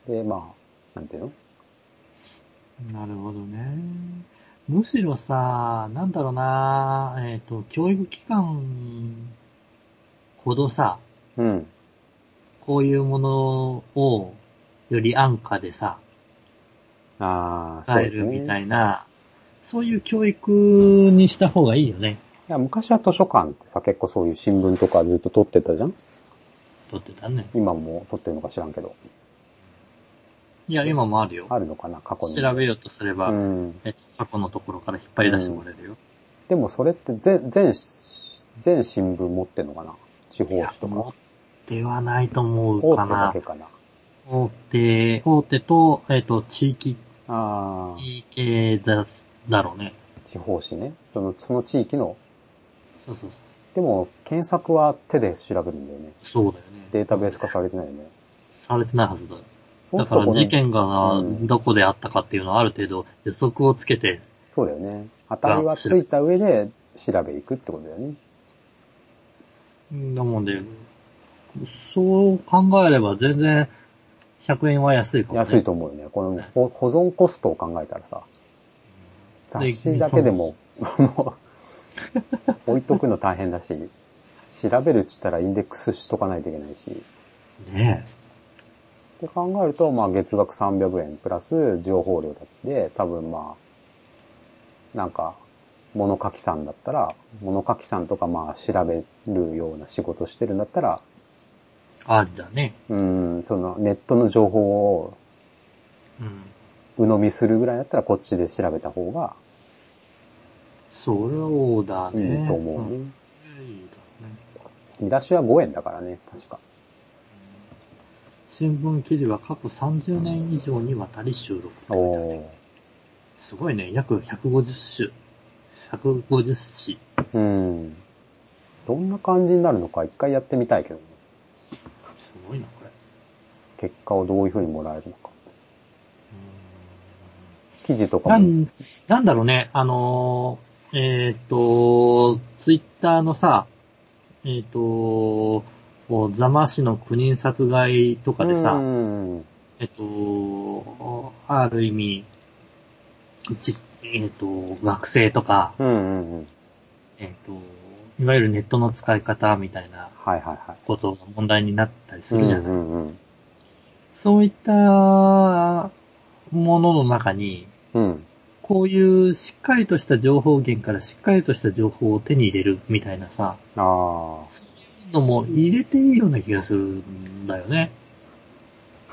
[SPEAKER 1] う。で、まあ、なんていうの
[SPEAKER 2] なるほどね。むしろさ、なんだろうな、えっ、と、教育機関ほどさ、
[SPEAKER 1] うん。
[SPEAKER 2] こういうものをより安価でさ、
[SPEAKER 1] ああ、そう
[SPEAKER 2] 伝え
[SPEAKER 1] です
[SPEAKER 2] るみた
[SPEAKER 1] ね。
[SPEAKER 2] いな、そういう教育にした方がいいよね。
[SPEAKER 1] いや、昔は図書館ってさ、結構そういう新聞とかずっと取ってたじゃん
[SPEAKER 2] とってたね。
[SPEAKER 1] 今も取ってるのか知らんけど。
[SPEAKER 2] いや、今もあるよ。
[SPEAKER 1] あるのかな過去に。
[SPEAKER 2] 調べようとすれば、
[SPEAKER 1] うん。
[SPEAKER 2] えっと、過去のところから引っ張り出してもらえるよ。
[SPEAKER 1] でもそれって全、全、全新聞持ってんのかな地
[SPEAKER 2] い
[SPEAKER 1] 方
[SPEAKER 2] や
[SPEAKER 1] 紙、と
[SPEAKER 2] 持
[SPEAKER 1] か。
[SPEAKER 2] ってはないと思う
[SPEAKER 1] 大
[SPEAKER 2] か
[SPEAKER 1] 手だ
[SPEAKER 2] な
[SPEAKER 1] け。かな。
[SPEAKER 2] 大手、大手と、えっ、と、地域
[SPEAKER 1] ああ、
[SPEAKER 2] いい系だ、だろうね。
[SPEAKER 1] 地方紙ね。その、その地域の。
[SPEAKER 2] そうそうそ
[SPEAKER 1] でも、検索は手で調べるんだよね。
[SPEAKER 2] う。そうだよね。
[SPEAKER 1] データベース化されてないよね。
[SPEAKER 2] されてないはずだ。
[SPEAKER 1] そ
[SPEAKER 2] だ
[SPEAKER 1] も
[SPEAKER 2] か
[SPEAKER 1] そ
[SPEAKER 2] ら
[SPEAKER 1] も
[SPEAKER 2] 事
[SPEAKER 1] ね、
[SPEAKER 2] 件が
[SPEAKER 1] うん
[SPEAKER 2] どこであったかっていうのはある程度予測をつけて、
[SPEAKER 1] そうだよね。当たりはついた上で調べいくってことだよね。
[SPEAKER 2] なもんで、そう考えれば全然100円は安いかもね。
[SPEAKER 1] 安いと思うよね。このほ保存コストを考えたらさ、雑誌だけでも、もう、 置いとくの大変だし、調べるっつったらインデックスしとかないといけないし。
[SPEAKER 2] ねえ。
[SPEAKER 1] って考えると、まあ月額300円プラス情報量だって、多分まあ、なんか、物書きさんだったら、物書きさんとかまあ調べるような仕事してるんだったら、
[SPEAKER 2] ありだね。
[SPEAKER 1] うん、そのネットの情報を
[SPEAKER 2] うん。
[SPEAKER 1] 鵜呑みするぐらいだったらこっちで調べた方が
[SPEAKER 2] そうだ
[SPEAKER 1] い
[SPEAKER 2] ね。
[SPEAKER 1] いと思うね。
[SPEAKER 2] んいいだね
[SPEAKER 1] 見出しは5円だからね、確か。
[SPEAKER 2] 新聞記事は過去30年以上にわたり収録って書いてあるね。
[SPEAKER 1] お
[SPEAKER 2] すごいね。約150種。150紙。
[SPEAKER 1] ー。うん。どんな感じになるのか一回やってみたいけどね。
[SPEAKER 2] すごいな、これ。
[SPEAKER 1] 結果をどういう風にもらえるのか。記事とか
[SPEAKER 2] な
[SPEAKER 1] も。
[SPEAKER 2] ん、なんだろうね、あのー、えーっ、と、ツイッターのさ、えーっ、と、こう座間市の9人殺害とかでさ、
[SPEAKER 1] うん
[SPEAKER 2] えっと、ある意味、じえっと、学生とか、
[SPEAKER 1] うんうんうん。
[SPEAKER 2] えっと、いわゆるネットの使い方みたいな
[SPEAKER 1] はいはいはい。
[SPEAKER 2] ことが問題になったりするじゃない、
[SPEAKER 1] うんうんうん。
[SPEAKER 2] そういったものの中に、
[SPEAKER 1] うん。
[SPEAKER 2] こういうしっかりとした情報源からしっかりとした情報を手に入れるみたいなさ、
[SPEAKER 1] あ
[SPEAKER 2] のも入れていいような気がするんだよね。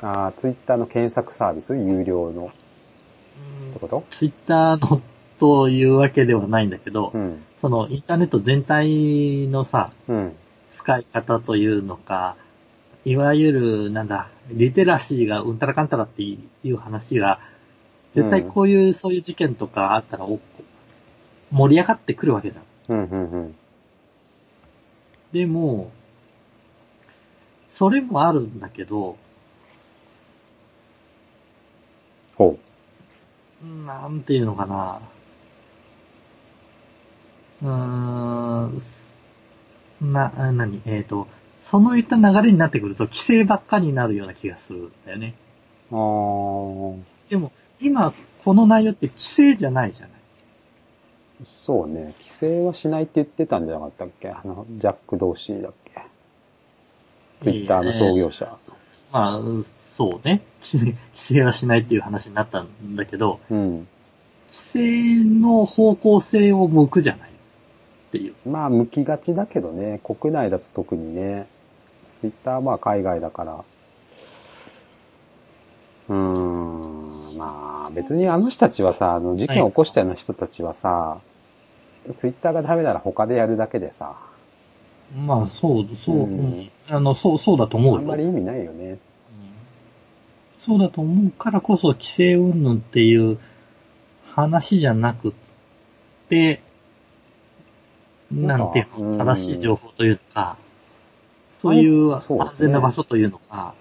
[SPEAKER 1] あ。ああ、ツイッターの検索サービス有料のってこと
[SPEAKER 2] ツイッターのというわけではないんだけど、
[SPEAKER 1] うん。
[SPEAKER 2] そのインターネット全体のさ、
[SPEAKER 1] うん。
[SPEAKER 2] 使い方というのか、いわゆる、なんだ、リテラシーがうんたらかんたらっていう話が、絶対こういう、そういう事件とかあったらお、盛り上がってくるわけじゃん。
[SPEAKER 1] うんうんうん。
[SPEAKER 2] でも、それもあるんだけど、
[SPEAKER 1] ほ
[SPEAKER 2] なんていうのかな。うーん、すな、あなに、えっ、と、そのいった流れになってくると規制ばっかりになるような気がするんだよね。
[SPEAKER 1] う。あ
[SPEAKER 2] でも、今、この内容って規制じゃないじゃない。
[SPEAKER 1] あ。そうね。規制はしないって言ってたんじゃなかったっけあの、ジャック・ドーシーだっけツイッターの創業者。
[SPEAKER 2] まあ、そうね。 規制はしないっていう話になったんだけど、
[SPEAKER 1] うん。
[SPEAKER 2] 規制の方向性を向くじゃないっていう。
[SPEAKER 1] まあ、向きがちだけどね。国内だと特にね。ツイッターはまあ海外だから。うーん。まあ、別にあの人たちはさ、あの、事件を起こしたような人たちはさ、ツイッターがダメなら他でやるだけでさ、
[SPEAKER 2] まあ、そう、そう、
[SPEAKER 1] うん
[SPEAKER 2] あの、そう、そうだと
[SPEAKER 1] あ
[SPEAKER 2] 思うんよ。
[SPEAKER 1] ま
[SPEAKER 2] う
[SPEAKER 1] り
[SPEAKER 2] ん
[SPEAKER 1] 意味ないよね。
[SPEAKER 2] そうだと思うからこそ、規制云々っていう話じゃなくって、なんていう
[SPEAKER 1] なんか
[SPEAKER 2] の、正しい情報というか、そういう
[SPEAKER 1] あ
[SPEAKER 2] 安
[SPEAKER 1] そうですね
[SPEAKER 2] 全な場所というのか、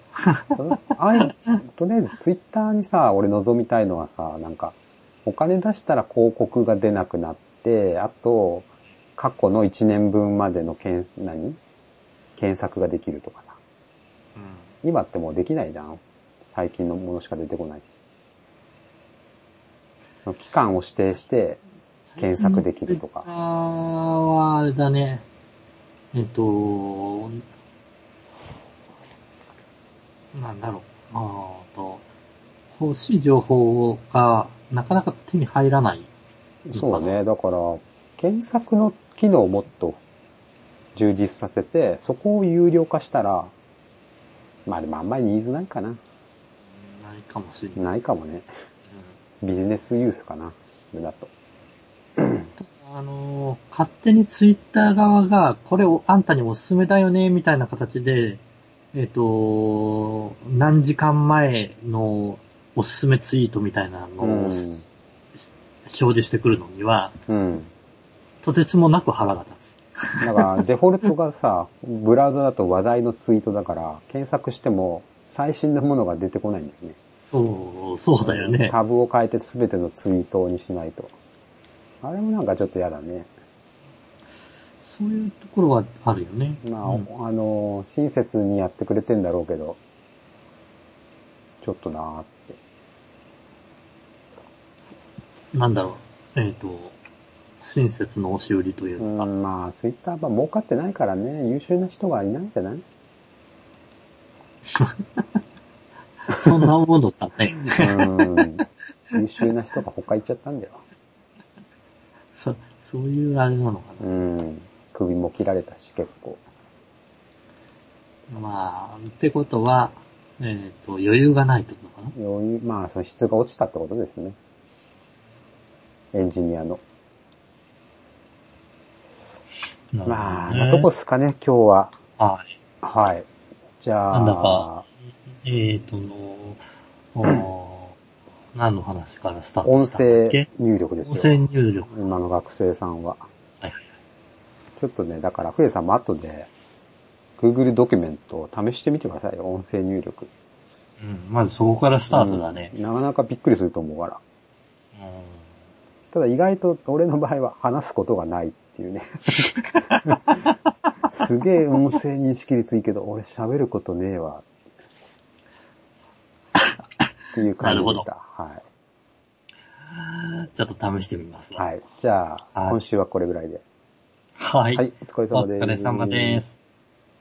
[SPEAKER 1] あい、とりあえずツイッターにさ、俺望みたいのはさ、なんか、お金出したら広告が出なくなって、あと、過去の1年分までの検、何検索ができるとかさ。今ってもうできないじゃん。最近のものしか出てこないし。期間を指定して、検索できるとか
[SPEAKER 2] あは、あれだね。えっと、なんだろう。あーと、欲しい情報がなかなか手に入らない。
[SPEAKER 1] そうね。だから、検索の機能をもっと充実させて、そこを有料化したら、まあでもあんまりニーズないかな。
[SPEAKER 2] ないかもしれない。
[SPEAKER 1] ないかもね。ビジネスユースかな。それだと。
[SPEAKER 2] あのー、勝手にツイッター側が、これをあんたにおすすめだよね、みたいな形で、えっ、と、何時間前のおすすめツイートみたいなのを
[SPEAKER 1] うん
[SPEAKER 2] し表示してくるのには、
[SPEAKER 1] うん。
[SPEAKER 2] とてつもなく腹が立つ。
[SPEAKER 1] だから、デフォルトがさ、ブラウザだと話題のツイートだから、検索しても最新のものが出てこないんだよね。
[SPEAKER 2] そう、そうだよね。
[SPEAKER 1] タブを変えて全てのツイートにしないと。あれもなんかちょっと嫌だね。
[SPEAKER 2] そういうところはあるよね。
[SPEAKER 1] まあ、
[SPEAKER 2] うん
[SPEAKER 1] あの、親切にやってくれてんだろうけど、ちょっとなーって。
[SPEAKER 2] なんだろう。えっ、と、親切の押し売りといううか、
[SPEAKER 1] ん、まあ、ツイッターは儲かってないからね、優秀な人がいないんじゃない
[SPEAKER 2] そんなものだ ね。
[SPEAKER 1] うん。優秀な人が他行っちゃったんだよ。
[SPEAKER 2] そそういうあれなのかな。
[SPEAKER 1] うん。首も切られたし、結構。
[SPEAKER 2] まあ、ってことは、えっ、と、余裕がないってことかな。
[SPEAKER 1] 余裕、まあ、その質が落ちたってことですね。エンジニアの。まあ、
[SPEAKER 2] な
[SPEAKER 1] な
[SPEAKER 2] る
[SPEAKER 1] と
[SPEAKER 2] ほ
[SPEAKER 1] こ
[SPEAKER 2] ど
[SPEAKER 1] っすかね、今日は。
[SPEAKER 2] ねは
[SPEAKER 1] は
[SPEAKER 2] い。
[SPEAKER 1] い。じゃあ、
[SPEAKER 2] なんだかえっ、との、おー何の話からスタート
[SPEAKER 1] 音
[SPEAKER 2] したんだっ
[SPEAKER 1] 声
[SPEAKER 2] け
[SPEAKER 1] 入力ですよ。
[SPEAKER 2] 音声入力。
[SPEAKER 1] 今の学生さんは。
[SPEAKER 2] はいはい
[SPEAKER 1] ちょっとね、だから、ふえさんも後で、Google ドキュメントを試してみてくださいよ、音声入力。
[SPEAKER 2] うん、まずそこからスタートだね。
[SPEAKER 1] うんなかなかびっくりすると思うから。
[SPEAKER 2] うん。
[SPEAKER 1] ただ意外と俺の場合は話すことがないって いうね。すげえ音声認識率いいけど、俺喋ることねえわ。っていう感じでした。は
[SPEAKER 2] ちょっと試してみます
[SPEAKER 1] い。
[SPEAKER 2] わ。
[SPEAKER 1] はい。じゃあ、
[SPEAKER 2] はい
[SPEAKER 1] 今週はこれぐらいで。
[SPEAKER 2] はい。
[SPEAKER 1] はい、お疲れ
[SPEAKER 2] お
[SPEAKER 1] 様です。
[SPEAKER 2] 疲れ様です。